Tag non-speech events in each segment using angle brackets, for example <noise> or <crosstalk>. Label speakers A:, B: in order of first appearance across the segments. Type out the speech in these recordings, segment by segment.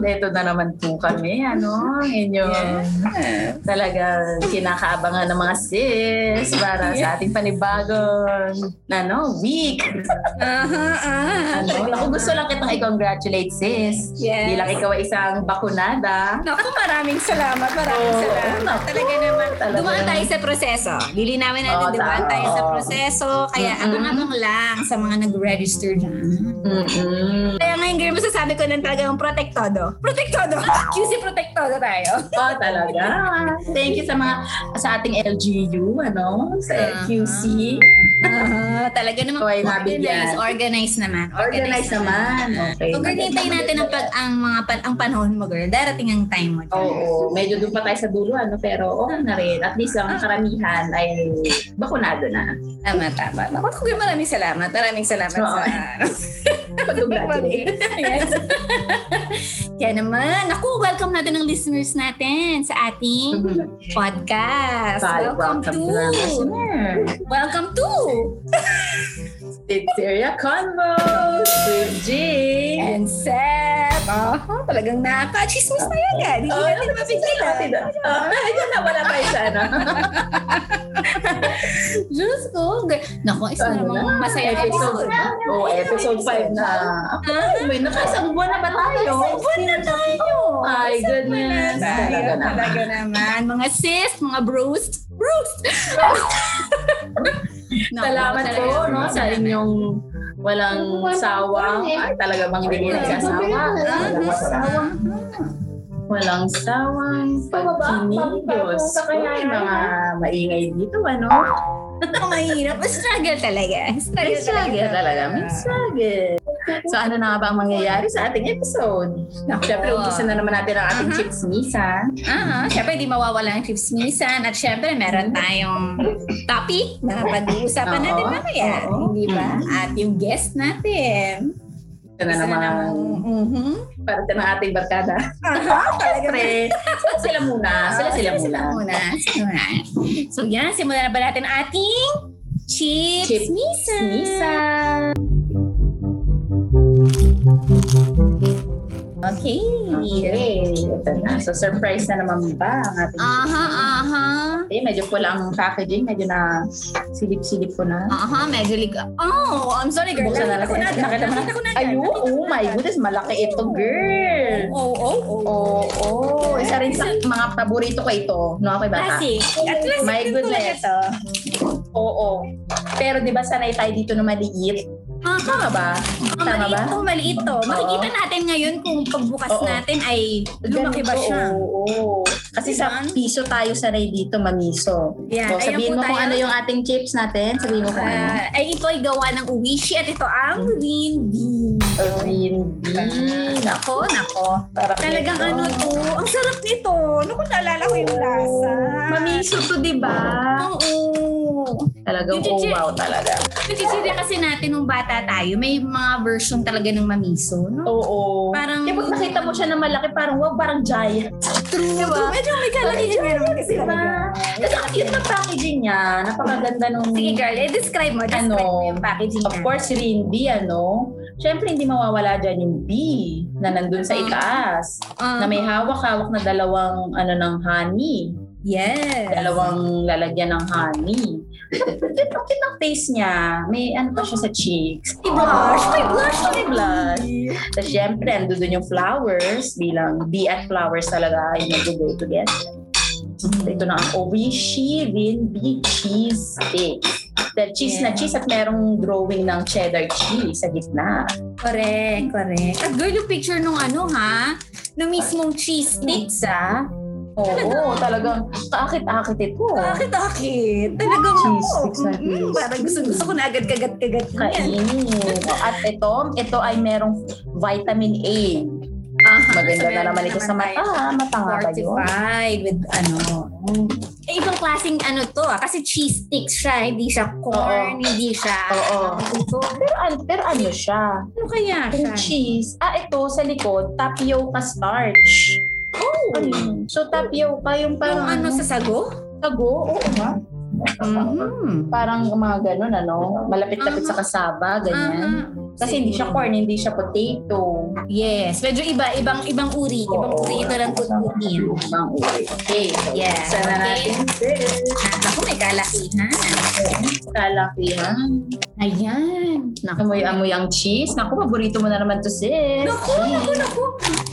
A: narito na naman po kami. Ano, ang inyong
B: Yes.
A: talaga kinakaabangan ng mga sis para sa ating panibagong ano, week.
B: Aha, ah.
A: Ano,
B: <laughs>
A: ako gusto lang kitang i-congratulate sis.
B: Yes.
A: Bilang ikaw ay isang bakunada.
B: Naku, maraming salamat, maraming
A: Oo,
B: salamat.
A: naku,
B: Talaga naman.
A: talaga.
B: Dumaan tayo sa proseso. Lilinawin natin,
A: Oo,
B: dumaan
A: tama.
B: tayo sa proseso. Kaya
A: Mm-mm.
B: abang-abang lang sa mga nag-register dyan.
A: Mm-mm.
B: Kaya ngayon, girl, masasabi ko lang talagang protektado. <laughs> Protektado! QC protektado tayo.
A: Oh, talaga. Thank you sa mga sa ating LGU, ano, sa
B: Uh-huh.
A: LQC.
B: Ah, talaga naman.
A: Ito ay
B: Organize,
A: nabigyan.
B: organize naman.
A: Organize naman. Okay.
B: Pag hintayin natin ang pag ang mga pan, ang panahon mo, girl. Darating ang time mo.
A: Oo, medyo doon pa tayo sa dulo, ano, pero okay na rin. At least ang karamihan ay bakunado <laughs> na.
B: Tama, tama. Ako, girl, maraming salamat. Maraming salamat
A: Oo.
B: sa...
A: Pag-congratulate.
B: <laughs> yes. Kaya naman, ako, welcome natin ang listeners natin sa ating podcast.
A: Welcome
B: Welcome,
A: to
B: to...
A: the listener.
B: Welcome to...
A: Pizzeria Convos with G.
B: And Seth. Oh, talagang nakaka-chismis na yan, ah. Hindi
A: Oh,
B: natin
A: Ayan
B: mapigilan.
A: Oh, <laughs> na, wala tayo sa ano.
B: Diyos ko. girl. Naku, isa
A: Ano
B: namang
A: na?
B: masaya episode.
A: Episode. Oh, episode 5 na. Ay, may nakaisang buwan na ba tayo?
B: Isang buwan na tayo.
A: My
B: Isang buwan
A: goodness.
B: na tayo.
A: Talaga naman.
B: Talaga naman. Mga sis, mga bros. Bros!
A: <laughs>
B: Naku,
A: Salamat po
B: talaga.
A: no, sa inyong walang sawang. Ay, talaga bang hindi mo nagsasawa?
B: Mhm.
A: Walang sawang pagkinilos. Uy, mga maingay dito, ano?
B: Ang mahirap. Struggle talaga. Struggle,
A: May struggle talaga. May struggle. So ano na nga ba ang mangyayari sa ating episode? Siyempre, umpisa na naman natin ang ating
B: Mhm.
A: chipsmisan.
B: Ah, syempre di mawawala ang chismisan at syempre meron tayong topic na pag-uusapan
A: Oo.
B: natin mamaya,
A: Oo.
B: hindi ba? At yung guest natin.
A: Ito na naman ang
B: Mhm.
A: parte ng ating barkada.
B: Ah, talaga ba?
A: Siyempre, sila sila muna. Sila Ah, sila muna.
B: Ah, muna. Sila muna. So yan, simulan na ba natin ang ating Chips,
A: Chips
B: Misa.
A: Chipsmisan!
B: Okay.
A: Okay, ito na. So surprise na naman ba ang ating
B: Aha, aha.
A: Eh, medyo pula ang packaging. Medyo na silip-silip ko na.
B: Aha, medyo lig... Oh, I'm sorry girl.
A: Buksan na
B: Nakita ko
A: natin.
B: na
A: Nakita mo na.
B: Nakita ko na agad.
A: Ayun, oh my goodness, malaki ito, girl.
B: Oh, oh, oh.
A: Oo, oh, isa rin sa mga paborito ko ito. No, ako bata.
B: Classic. At classic
A: My
B: din talaga
A: goodness.
B: to.
A: Oo. Pero di ba sanay tayo dito na maliit?
B: Aha.
A: Tama ba?
B: Ang
A: Tama ba?
B: maliit to, maliit to. Makikita natin ngayon kung pagbukas
A: Oo.
B: natin ay lumaki ba
A: Ganito,
B: siya.
A: Oo. oo. Kasi sa
B: Diba?
A: piso tayo sanay dito, mamiso.
B: Yan,
A: So,
B: ayan
A: sabihin
B: po
A: mo kung
B: tayo.
A: ano yung ating chips natin. Sabihin mo kung ano.
B: Ah, ay ito ay gawa ng Uwishi at ito ang green bean.
A: Oh, Green bean.
B: Mm, Nako, nako.
A: Sarap
B: Talagang
A: nito.
B: ano to, ang sarap nito. Naku, naalala ko yung lasa.
A: Mamiso to, di ba?
B: Oo.
A: Talagang
B: Yung
A: oh
B: chichi-
A: wow talaga.
B: Nagsisira kasi natin nung bata tayo, may mga version talaga ng mamiso, no?
A: Oo.
B: Parang-
A: Kaya pag nakita mo siya na malaki, parang wow, parang giant.
B: True. Diba? Medyo may kalagihan meron kasi
A: Diba? Kasi ang cute ng packaging niya. Napakaganda nung...
B: Sige girl, eh, describe mo. Describe
A: Ano?
B: mo yung packaging
A: Of
B: niya.
A: course, si Rindy, ano? Siyempre, hindi mawawala dyan yung B na nandun
B: Mm.
A: sa itaas.
B: Ah,
A: Na may hawak-hawak na dalawang, ano, ng honey.
B: Yes.
A: Dalawang lalagyan ng honey. Ito, kitang face niya. May ano pa siya sa cheeks.
B: May blush. May blush.
A: May blush. So, syempre, ando dun yung flowers bilang B at flowers talaga ay nag-go together. So, ito na ang Oishi Rinbi Cheese Cake. The cheese na
B: Yeah.
A: cheese at merong drawing ng cheddar cheese sa gitna.
B: Correct, correct. At girl, yung picture nung ano ha, nung mismong cheese sticks ah. ha.
A: Oo, talagang kaakit-akit ito.
B: Akit-akit. Talagang
A: Cheese
B: ako,
A: sticks na
B: mm,
A: cheese.
B: Parang gusto, gusto ko na agad kagat-kagat yan.
A: Kainin. At ito, ito ay merong vitamin A.
B: Aha,
A: Maganda
B: so
A: na
B: meron
A: naman ito sa mata.
B: tayo
A: Mata nga ba yun?
B: Fortified with ano. Ah, Eh, ibang klaseng ano to ah, kasi cheese sticks siya, hindi siya corn, hindi siya.
A: Oo.
B: Ito,
A: Pero, an- pero ano siya?
B: ano kaya
A: Yung
B: siya?
A: cheese. Ah, ito sa likod, tapioca starch.
B: Oh!
A: Ano? So, tapioca yung
B: Yung
A: parang...
B: ano sa sago?
A: Tago? Oo nga.
B: Mhm.
A: Mm. Parang mga ganun, ano? Malapit-lapit
B: Aha.
A: sa kasaba, ganyan.
B: Aha.
A: Kasi hindi siya corn, hindi siya potato.
B: Ah, Yes, medyo iba, ibang ibang uri, ibang
A: Oo.
B: uri ito ng tutugin.
A: Ibang uri. Okay. So,
B: Yeah.
A: Sana
B: Okay.
A: natin. Sis.
B: Ako may kalakihan.
A: Kalakihan.
B: Ayan. Naku.
A: Amoy-amoy ang cheese. Naku, paborito mo na naman to, sis.
B: Naku, naku, naku.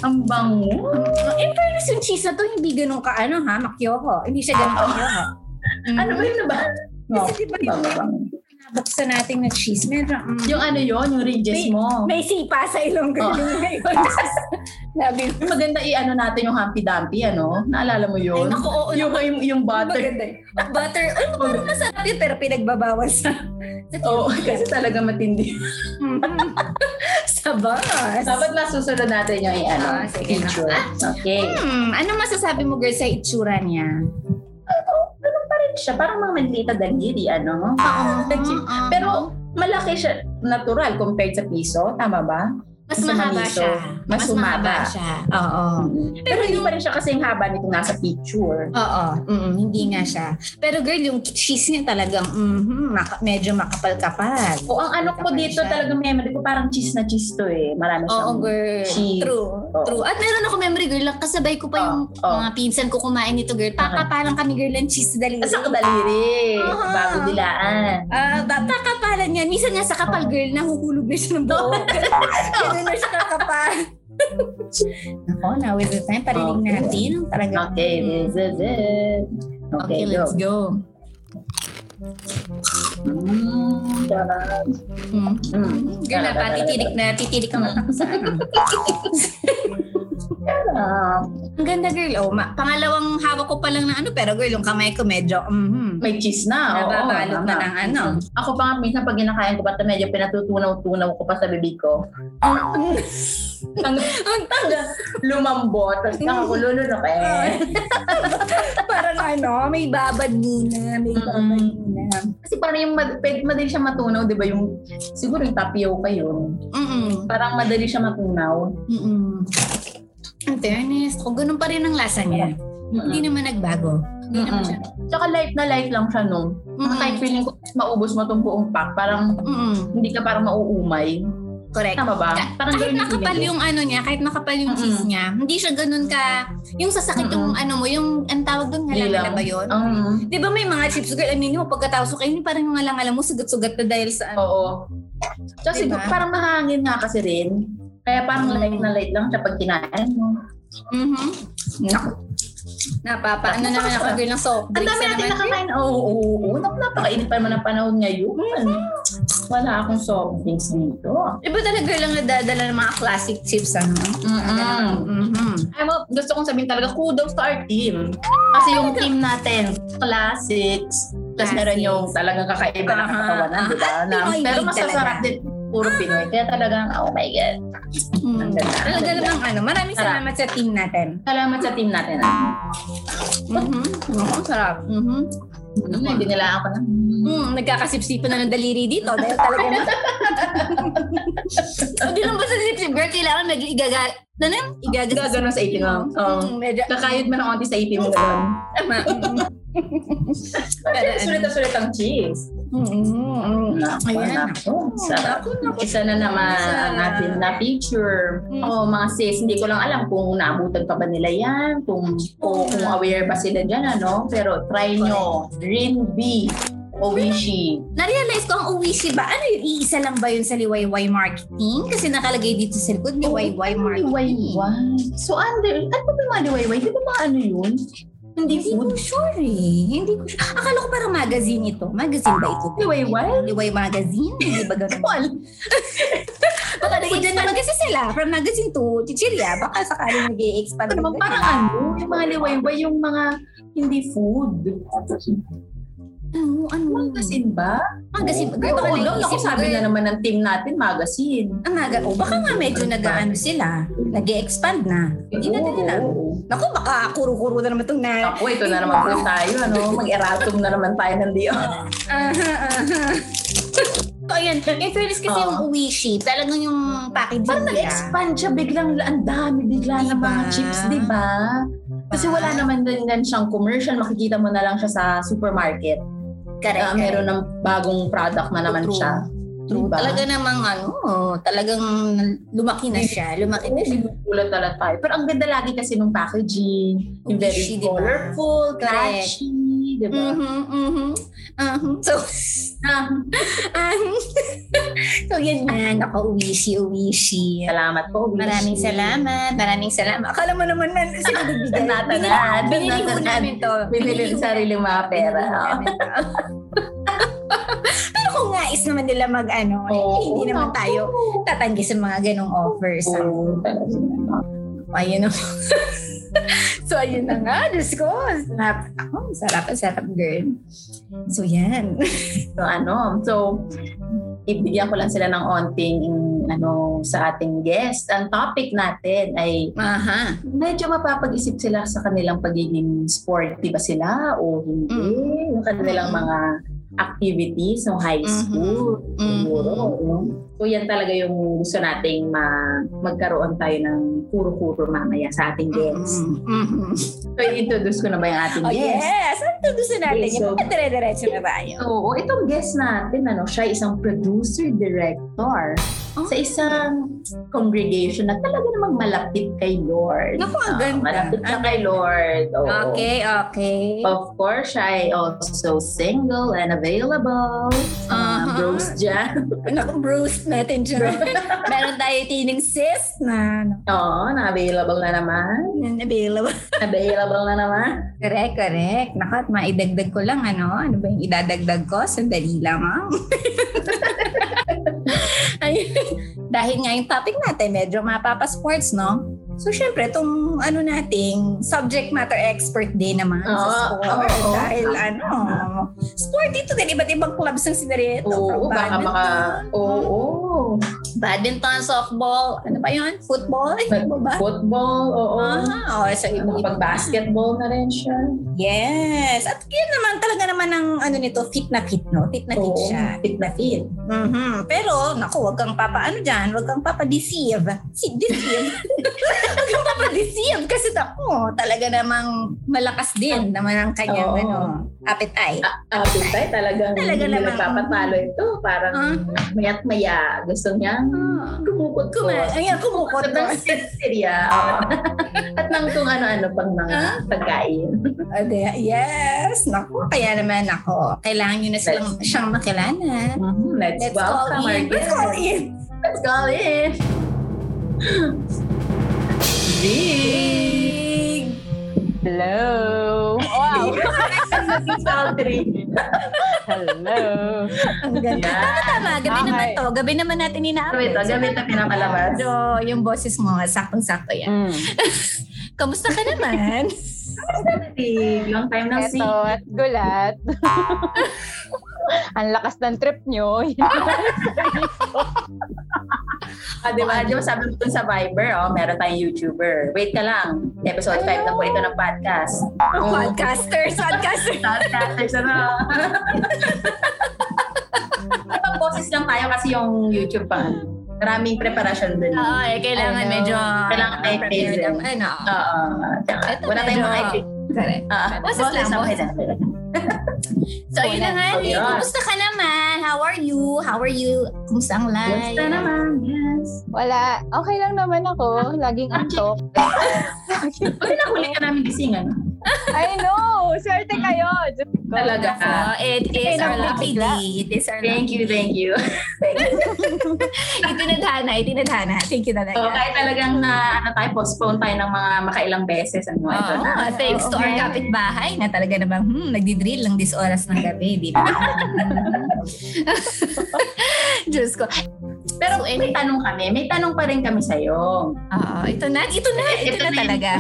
A: Ang bango.
B: In fairness, yung cheese na to, hindi ganun ka, ano ha, makyoko. Hindi siya
A: Ah,
B: ganun ka
A: ah.
B: makyoko.
A: Ano ba yun na ba? No.
B: Kasi diba yung
A: Bango, bango.
B: nabuksan natin na cheese, medyo, mm,
A: Yung ano yon yung ridges
B: May-
A: mo.
B: may sipa sa ilong ko.
A: Oh.
B: May sipa. <laughs> Sabi ko.
A: Maganda i-ano natin yung Humpty Dumpty, ano? Naalala mo
B: Ay,
A: yun?
B: naku, oo.
A: yung, yung, yung butter.
B: Maganda yun. Ang butter. Ay, parang masarap yun, pero pinagbabawal sa... <laughs> sa
A: Oo, <laughs> kasi talaga matindi.
B: Mhm. sa bus.
A: Dapat nasusunod natin yung i-ano,
B: Ah, sige.
A: feature. Okay.
B: Hmm, anong masasabi mo girl sa itsura niya?
A: Ganun pa rin siya. Parang mga maliliit na daliri, ano? Pero malaki siya, natural compared sa piso. Tama ba?
B: mas
A: mas
B: mahaba
A: maniso.
B: siya.
A: Mas
B: mahaba
A: humaba.
B: siya. Oo.
A: Mm. Pero, hindi pa rin siya kasing haba nitong nasa picture.
B: Oo, mm, hindi nga siya. Pero girl, yung cheese niya talagang mhm, maka- medyo makapal-kapal.
A: O ang ano ko
B: Kapal
A: dito
B: siya.
A: talaga memory ko parang cheese na cheese to eh. Marami
B: Oo,
A: siyang
B: girl.
A: cheese.
B: True.
A: Oo.
B: True. At meron ako memory, girl. lang Kasabay ko pa
A: Oo,
B: yung
A: oo.
B: mga pinsan ko kumain nito, girl. Pakapalan kami, girl, ng cheese daliri.
A: Sa kadaliri.
B: Aha.
A: Bago dilaan.
B: Ah, ba- kakapalan yan. Minsan nga sa kapal girl, nahuhulog na siya ng buo. <laughs> Ganun na siya
A: <laughs>
B: kakapal. Ako, now is the time. Parinig
A: Okay.
B: natin. Talaga.
A: Okay, this is it.
B: Okay,
A: Okay, go.
B: let's go.
A: Mm, tara.
B: Mm.
A: Mm,
B: Girl, napatitirik na, titirik ang mata ko sa ano.
A: tara.
B: <laughs> Ang ganda girl, oh. Ma- pangalawang hawak ko pa lang ng ano, pero girl, yung kamay ko medyo, mhm.
A: May cheese na. oo,
B: Nababalot na
A: tama.
B: ng ano.
A: Ako pa nga minsan pag ginakain ko pa ito, medyo pinatutunaw-tunaw ko pa sa bibig ko. Ang
B: <laughs> Ang tanda.
A: lumambot. Tapos nakakulo na eh.
B: Parang ano, may babad muna, may babad
A: Mm.
B: muna.
A: Kasi parang yung mad- pwede madali siya matunaw, di ba? Yung, siguro yung tapioca yun.
B: Mm-mm.
A: Parang madali siya matunaw.
B: Mm-mm. Ang fairness, kung ganun pa rin ang lasa niya, hindi naman nagbago. Hindi naman
A: Mm-mm.
B: siya.
A: Tsaka light na light lang siya, no?
B: Mm-mm.
A: Kahit feeling ko maubos mo tong buong pack. Parang
B: Mm-mm.
A: hindi ka parang mauumay.
B: Correct.
A: Tama ba?
B: Ka-
A: Parang
B: kahit
A: ganun yung
B: nakapal
A: feeling ko.
B: yung ano niya, kahit nakapal yung
A: Mm-mm.
B: cheese niya, hindi siya ganun ka, yung sasakit yung ano mo, yung ang tawag doon,
A: Lilang.
B: halangala ba yun?
A: Um,
B: Di ba may mga chips girl, aminin mo, pagkatapos kayo, hindi parang yung halangala mo, sugat-sugat na dahil sa ano.
A: Oo. Tsaka
B: Diba?
A: siguro parang mahangin nga kasi rin. Kaya parang
B: Mm.
A: light na light lang siya pag kinain mo.
B: Mhm. Naku. Napapa, ano naman ako girl ng soft
A: Ang
B: drinks
A: dami
B: na
A: natin
B: naman.
A: nakakain. Oo, oo, oo.
B: Mm.
A: Nap- Napakainit pa naman ang panahon ngayon. Wala akong soft drinks dito.
B: Iba talaga girl ang nadadala ng mga classic chips, ano?
A: Mm. Mm-mm.
B: Mhm.
A: Ay mo, gusto kong sabihin talaga, kudos to our team.
B: Ah,
A: Kasi yung team natin, classics. Tapos
B: Classics.
A: meron yung talagang kakaiba na
B: Aha,
A: katawanan,
B: aha.
A: di ba? Na,
B: Pinoy
A: pero
B: made
A: masasarap
B: talaga.
A: din. Puro Pinoy. Kaya talagang, oh my God.
B: Mm.
A: Ang ganda.
B: Talaga
A: Ang ganda.
B: namang ano, maraming
A: Sarap.
B: salamat sa team natin.
A: Salamat sa team natin. Mm-hmm.
B: Mhm. Ang sarap. Mhm.
A: Mm, Hindi nila ako na.
B: Mm, nagkakasipsipan na ng daliri dito dahil talaga na.
A: <laughs>
B: Hindi lang basta sipsip girl, kailangan medyo igaga... Ano yun? Igaga
A: Gagano sa ipin mo. Oo.
B: Mm, medyo...
A: Kakayod mo ng onti sa ipin mo doon. <laughs>
B: Tama. Mm. Pero
A: Pero
B: ano.
A: sulit na sulit Mm-hmm. ang cheese.
B: Mm, mm. Ayan.
A: Ako, sarap.
B: Naku, naku.
A: Isa na naman ang
B: Sarap.
A: ating na picture.
B: Mm.
A: Oh, mga sis, hindi ko lang alam kung naabutan pa ba nila yan, kung, o kung aware ba sila dyan, ano? Pero try nyo. Green Bee. Oishi.
B: Na-realize ko ang Uwishi ba? Ano yun? Iisa lang ba yun sa Liwayway Marketing? Kasi nakalagay dito sa likod, Liwayway Marketing.
A: Liwayway. So, under, ano ba yung mga liwayway? Di ba mga ano yun? Hindi
B: Hindi
A: food?
B: ko sure eh. Hindi ko sure. Akala ko parang magazine ito. Magazine ba ito?
A: Liwayway?
B: Liway Magazine? Hindi ba
A: <laughs>
B: ganun?
A: Wal.
B: Baka nag-expand naman kasi sila from magazine to chichirya. Baka sakaling nag expand
A: Ano naman, parang ano? Yung mga liwayway, yung mga hindi food.
B: Ano? Ano?
A: Magazine ba?
B: Magazine.
A: Ay,
B: Baka
A: oo, ako
B: nag-iisip
A: sabi
B: eh.
A: na naman ng team natin, magazine.
B: Ang naga, o baka nga medyo nag-ano sila, nag expand na. Hindi na din alam. Naku, baka kuro-kuro na naman itong na.
A: Ako, ito na naman po tayo. Ano? Mag-eratum na naman tayo ng
B: <laughs>
A: Dio.
B: Aha, aha. <laughs> so, ayan. In fairness
A: Oh.
B: kasi yung Uwishi, talagang yung packaging
A: Parang nag-expand siya, biglang ang dami, bigla ng mga
B: Diba? Ah.
A: chips, di ba? Kasi wala naman din yan siyang commercial. Makikita mo na lang siya sa supermarket.
B: Correct.
A: Ah, meron ng bagong product na naman
B: True.
A: siya.
B: True.
A: Diba?
B: Talaga namang ano, talagang lumaki na siya. Lumaki na siya.
A: Gulat talaga tayo. Pero ang ganda lagi kasi nung packaging. Yung
B: Oishi,
A: very
B: diba?
A: colorful, diba?
B: Correct.
A: catchy, di ba?
B: Mm-hmm, mm-hmm. Uh-huh. So, <laughs>
A: Ah,
B: um, so yun Ah, man. Ako, uwishi, uwishi.
A: salamat po. Oishi.
B: Maraming salamat. Maraming salamat. Akala mo naman man, sinabibigan.
A: Tanatanad.
B: <laughs> Binili ko
A: Tanatanad.
B: namin to.
A: Binili
B: ko
A: ng sarili mga pera.
B: Binili ko namin to. <laughs> Pero kung nais naman nila mag ano, eh, hindi naman tayo tatanggi sa mga ganong offers. ah.
A: Oo, talaga.
B: Ayun na. <laughs> so, ayun na nga. Diyos ko. Sarap. Ako, sarap. ang Sarap, girl. So, yan.
A: So ano, so ibigyan ko lang sila ng onting ano sa ating guest. Ang topic natin ay
B: Aha.
A: medyo mapapag-isip sila sa kanilang pagiging sporty ba sila o hindi. Yung kanilang
B: Mm.
A: mga activities ng high
B: Mhm.
A: school. Siguro.
B: Mhm.
A: no? So yan talaga yung gusto nating ma- magkaroon tayo ng kuro-kuro mamaya sa ating guest.
B: Mm-mm.
A: So i-introduce ko na ba yung ating
B: Mm-hmm. Oh,
A: guest?
B: yes. Ano tutusin natin?
A: Okay,
B: Yung
A: so-
B: mga dire-diretso na tayo.
A: Oo, itong guest natin, ano, siya ay isang producer-director
B: Oh.
A: sa isang congregation na talaga namang malapit kay Lord.
B: Naku, ang
A: Ah,
B: ganda.
A: malapit siya
B: Ang
A: kay Lord. Oo.
B: Okay, okay.
A: Of course, siya ay also single and available. Ah, Sa mga
B: Uh-huh.
A: bros dyan.
B: Naku, Bruce natin dyan. <laughs> Meron tayo tining sis na ano,
A: <laughs> Oo, na-available na naman.
B: yun, available.
A: Available na
B: <laughs>
A: naman.
B: Correct, correct. Naku, at maidagdag ko lang ano. Ano ba yung idadagdag ko? Sandali lang ah. <laughs> Ayun. Dahil nga yung topic natin, medyo mapapasports, no? So, syempre, itong ano nating subject matter expert din naman sa
A: Oo,
B: sport.
A: oo.
B: Dahil ano, sporty to din. Iba't ibang clubs ang sinarito.
A: Oo,
B: From
A: baka maka...
B: badminton,
A: Oo.
B: Badminton, softball, ano pa yun? Football? Ay, ano ba?
A: Football, oo.
B: Ah, oh, so iba iba.
A: Pag-basketball na rin siya.
B: Yes. At yun naman talaga naman ang ano nito, fit na fit, no? Fit na fit
A: Oo,
B: siya.
A: Fit na fit.
B: Mhm. Pero, naku, wag kang papa, ano dyan, wag kang papa-deceive. Si deceive. <laughs> wag kang papa-deceive kasi ako, talaga namang malakas din naman ang kanyang
A: Oo.
B: ano, appetite.
A: Ah, tayo talagang
B: Talaga
A: talaga hindi
B: namang-
A: nagpapatalo ito. Parang
B: Ah.
A: mayat maya. Gusto niya kumukot ko.
B: Kuma- ayan, kumukot
A: Kumukot
B: ko.
A: ng
B: <laughs>
A: sinserya. At ng kung ano-ano pang mga
B: Ah.
A: pagkain.
B: Ade, yes. Naku, kaya naman ako. Kailangan nyo na silang, siyang makilala.
A: Hmm, Let's,
B: Let's call
A: welcome our
B: in. Let's
A: guest.
B: call in.
A: Let's call <laughs> in. Big!
C: Hello. Wow.
A: Salty.
C: <laughs> Hello.
B: Ang ganda. oh,
A: Yeah.
B: Tama, gabi
C: Okay.
B: naman to. Gabi naman natin
A: Gamit
B: ina-upload.
A: na, gamit na pinapalabas.
B: So, yung boses mo, saktong-sakto yan.
C: Mm.
B: Kamusta ka <laughs> naman?
A: Big, long time na see.
C: Eto at gulat. <laughs> Ang lakas ng trip nyo. <laughs>
A: Ah, di ba? Di ba sabi ko dun sa Viber, oh, meron tayong YouTuber. Wait ka lang. Episode 5 na po ito ng podcast.
B: Oh.
A: Oh,
B: Podcasters, podcasters.
A: Podcasters, <laughs> ano? Ibang boses lang tayo kasi yung YouTube pa. Maraming preparation din.
B: <laughs> Oo, eh, kailangan
C: Ano,
B: medyo...
A: kailangan may
B: prepared
A: present.
B: ang Ano,
A: Oo. Tsaka,
B: Ito
A: wala tayong mga
B: Ah, medyo-
A: epic.
B: correct.
A: Oo.
B: Boses lang, boses. So, yun na nga.
A: Oh,
B: eh,
A: yeah.
B: Kumusta ka naman? How are you? How are you? Kumusta ang life?
A: Basta naman, yes.
C: Wala. Okay lang naman ako. Laging antok.
A: Pag nakulit ka namin ano? gisingan.
C: I know. Swerte kayo. Diyos ko.
A: Talaga.
B: Oh, it is our lucky day. It is our lucky
A: Thank you, thank
B: <laughs>
A: you.
B: Itinadhana, itinadhana. Thank you talaga.
A: So, kahit talagang na, ano tayo, postpone tayo ng mga makailang beses. Ano,
B: Oo,
A: ito na.
B: thanks to our
C: Okay.
B: kapitbahay na talaga namang, hmm, nagdi-drill lang this oras ng gabi, di ba? <laughs> Diyos ko.
A: Pero may tanong kami, may tanong pa rin kami sa'yo.
B: Oo, ito na, ito na, ito,
A: Ito
B: na,
A: na yun.
B: talaga.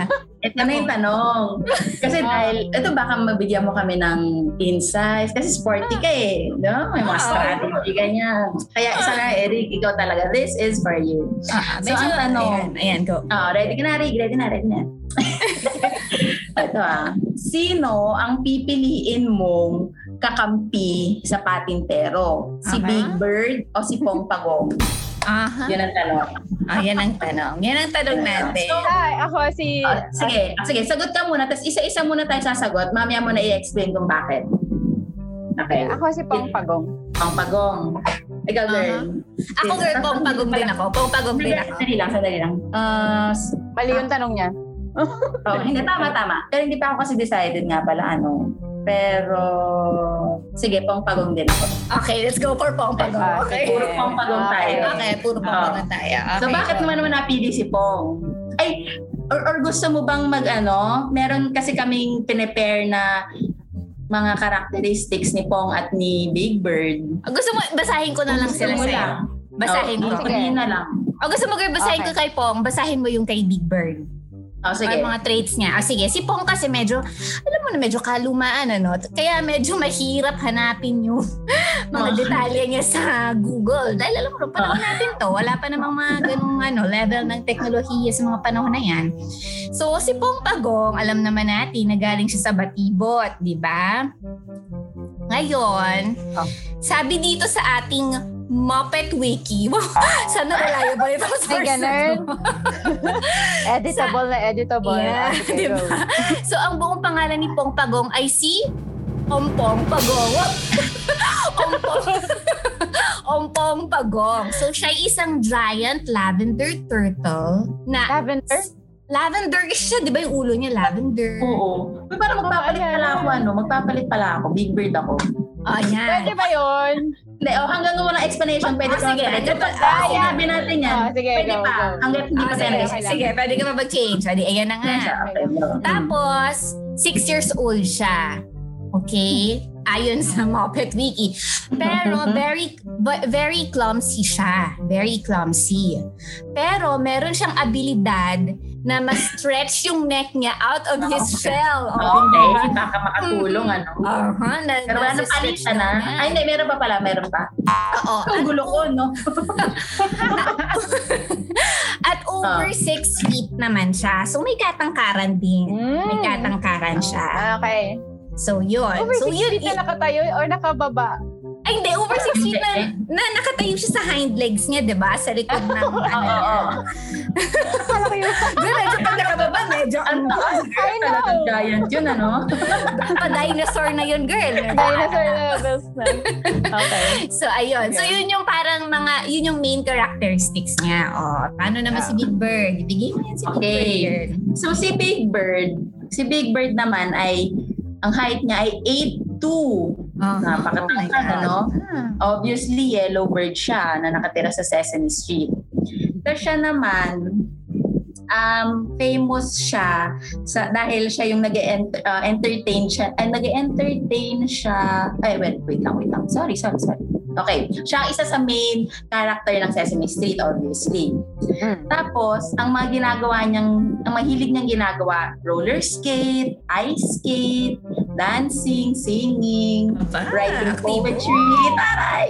A: Ito na yung tanong. Kasi dahil, ito baka mabigyan mo kami ng insights. Kasi sporty ka eh. No? May mga
B: Oo.
A: strategy, ganyan. Kaya isa na, Eric, ikaw talaga. This is for you.
B: Ah,
A: So, ang tanong-
B: ayan, ayan, go.
A: Oh, ready ka na, Eric. Ready na, <laughs> ready na. ito ah. Sino ang pipiliin mong kakampi sa patintero? Si
B: Tama.
A: Big Bird o si Pong <laughs> Pagong?
B: Aha,
A: Yun ang tanong.
B: ayan ang tanong. Oh, Yan ang tanong natin.
C: Hi. Ako si...
A: Ah, sige, sige, sagot ka muna. Tapos isa-isa muna tayo sasagot. Mamaya mo na i-explain kung bakit. Okay.
C: Ako si Pangpagong.
A: Pang pagong. Ikaw, girl.
B: Ako girl, pompagong din ako. Pompagong din ako.
A: Sandali lang, sandali lang. Ah, s-
C: Mali yung tanong niya.
A: oh, hindi, tama, tama. Pero hindi pa ako kasi decided nga pala ano. Pero, sige, pang pagong din ako.
B: Okay, let's go for
C: Ah,
B: pompagong. Okay.
C: sige. Ah,
A: Puro pang pagong tayo. Ah.
B: Okay, puro pompagong tayo. Okay,
A: so, bakit
B: go.
A: naman naman napili si Pong? Ay, or, or gusto mo bang mag ano? Meron kasi kaming pinepare na mga characteristics ni Pong at ni Big Bird.
B: Gusto mo, basahin ko na lang
A: Gusto
B: sila
A: mo
B: sa'yo.
A: lang. Oh,
B: Basahin
A: Oo,
B: ko.
A: sige. Yun na lang.
B: O gusto mo girl, basahin
C: Okay.
B: ko kay Pong. Basahin mo yung kay Big Bird.
A: Oh, sige.
B: Sige. mga traits niya. Ah, sige, si Pong kasi medyo, alam mo na, medyo kalumaan, ano? Kaya medyo mahirap hanapin yung <laughs> mga
A: Oh.
B: detalye niya sa Google. Dahil alam mo, nung panahon natin to, wala pa namang mga ganung ano, level ng teknolohiya sa mga panahon na yan. So, si Pong Pagong, alam naman natin na galing siya sa Batibot, di ba? Ngayon,
C: Oh.
B: sabi dito sa ating Muppet Wiki, <laughs> wow,
A: Ah.
B: sana reliable itong
C: Ay,
B: source na to.
C: ganun. <laughs> editable na editable.
B: Yeah,
C: Ah, sige,
B: di
A: <laughs>
B: ba?
C: go.
B: So, ang buong pangalan ni Pong Pagong ay si Ompong Pagong. Wop! <laughs> Ompong. <laughs> Ompong Pagong. So, siya ay isang giant lavender turtle na
C: Lavender?
B: lavender siya, di ba yung ulo niya lavender?
A: Oo. Uy, parang magpapalit
C: Oo, ayan.
A: pala ako ano. Magpapalit pala ako. Big Bird ako.
B: Oh, yan.
C: Pwede ba yun?
A: Hindi, oh, hanggang wala ng explanation, pwede
B: Ah,
A: ka
B: sige.
A: magpalit.
B: Ito pa-
A: Ah,
B: ah,
A: sinabi natin yan.
C: Ah, sige,
A: pwede
C: go,
A: pa.
C: go.
A: Hanggang hindi pa
B: Ah,
A: tayo
B: sige,
A: nag-explanation.
B: sige, pwede ka mag-change. Pwede, ayan na nga.
A: Okay, go.
B: Tapos, six years old siya. Okay? Ayon sa Muppet Wiki. Pero very bu- very clumsy siya. Very clumsy. Pero meron siyang abilidad na ma-stretch <laughs> yung neck niya out of his shell. Oh,
A: Okay, baka makatulong ano.
B: Uh-huh, na,
A: Pero wala nang
B: nasi-stretch
A: palitan na.
B: daw niya.
A: Ay, hindi, meron pa pala, meron pa.
B: Oo.
A: Ang gulo ko, no?
B: At over
A: Ah.
B: six feet naman siya. So may katangkaran din. May
C: Mm.
B: katangkaran siya.
C: Ah, Okay.
B: So yun.
C: Over
B: so
C: 6
A: eh.
B: yun,
C: feet na nakatayo or nakababa?
B: Ay, hindi. Over 6 feet na, na nakatayo siya sa hind legs niya, di ba? Sa likod ng ano.
A: <laughs> Ah, Oo, oo.
C: Kala ko yun.
B: Di, medyo pag nakababa, medyo
A: Ang
B: ano.
A: taas, girl.
C: I know.
A: Talagang giant yun, ano?
B: Pa-dinosaur na yun, girl.
C: Dinosaur levels
A: <laughs>
C: na. Okay.
B: So, ayun. So, yun yung parang mga, yun yung main characteristics niya. O, paano naman si Big Bird? Ibigay mo yan si Big
A: Okay.
B: Bird. girl.
A: So, si Big Bird, si Big Bird naman ay, ang height niya ay 8'2".
B: Oh,
A: Napakatangkad, ano?
B: Ah.
A: obviously yellow bird siya na nakatira sa Sesame Street. Pero siya naman, um, famous siya sa, dahil siya yung nag entertain siya. Ay, nag entertain siya. Ay, well, wait lang, wait lang. Sorry, sorry, sorry. Okay. Siya ang isa sa main character ng Sesame Street, obviously. Tapos, ang mga ginagawa niyang, ang mahilig niyang ginagawa, roller skate, ice skate, dancing, singing,
B: Aba,
A: writing
B: Ah, active.
A: poetry, taray,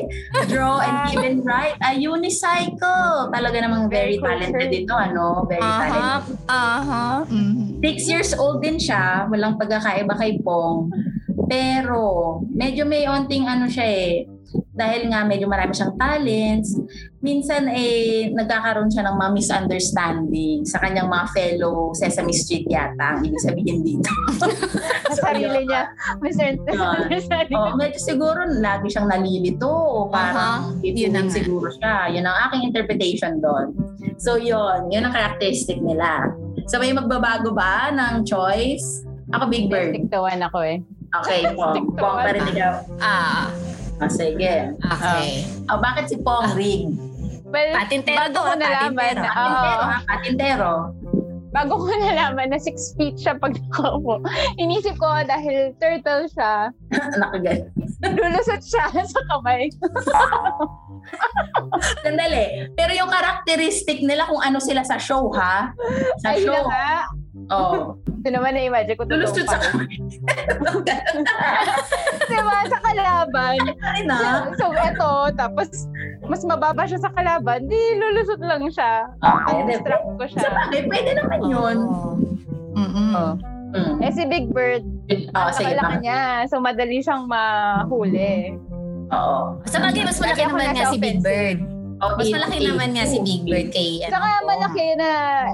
A: draw and even write. A unicycle. Talaga namang very
C: Very cultured.
A: talented ito, ano? Very talented.
B: Aha. Aha. Mhm.
A: Six years old din siya. Walang pagkakaiba kay Pong. Pero, medyo may onting ano siya eh. Dahil nga medyo marami siyang talents, minsan eh nagkakaroon siya ng mga misunderstanding sa kanyang mga fellow Sesame Street yata. Ang ibig sabihin dito.
C: Ang sarili niya. Mr. <laughs> Understanding.
A: Oh, medyo siguro lagi siyang nalilito o parang
B: Aha, yun
A: uh-huh.
B: na nga.
A: siguro siya. Yun ang aking interpretation doon. So yun, yun ang characteristic nila. So may magbabago ba ng choice? Ako Big Bird.
C: Stick to one ako eh.
A: Okay,
B: <laughs>
A: Pong.
C: Stick to
A: Pong
C: one.
A: pa rin ikaw.
B: Ah,
A: Ah, sige.
B: okay.
A: Oh, bakit si
B: Ah.
A: Pong Rig?
C: Well,
B: Patintero
C: bago
B: to,
C: ko nalaman.
B: patintero.
C: oo.
A: Patintero,
B: Ah.
A: ha? Patintero. <laughs>
C: bago ko nalaman na 6 feet siya pag <laughs> nakaupo, inisip ko ah, dahil turtle siya,
A: Nakagay.
C: nadulusot siya <laughs> sa kamay.
A: Sandali. Pero yung characteristic nila kung ano sila sa show, ha? Sa
C: Ay,
A: show.
C: na nga.
A: Oh.
C: Ito naman na-imagine ko.
A: Lulustot <laughs> sa
C: Diba? Sa kalaban.
A: Ay,
B: <laughs>
A: na.
C: <laughs> So, eto, tapos mas mababa siya sa kalaban, di lulusot lang siya.
A: Okay.
C: Distract ko siya.
A: Sa bagay, pwede naman yun.
B: Oh. Mm-mm.
C: Oh.
A: Mm.
C: Eh, si Big Bird,
A: Oh,
C: sa
A: sige.
C: kalaki niya. So, madali siyang mahuli.
A: Oo.
B: Sa bagay, mas malaki
C: Kasi ako
B: naman nga
C: nasa
B: si Big
C: offensive.
B: Bird.
A: Oh,
B: Mas malaki
A: eight,
B: naman nga
A: eight,
B: si
A: two.
B: Big Bird kay ano.
C: Saka
B: ko.
C: malaki na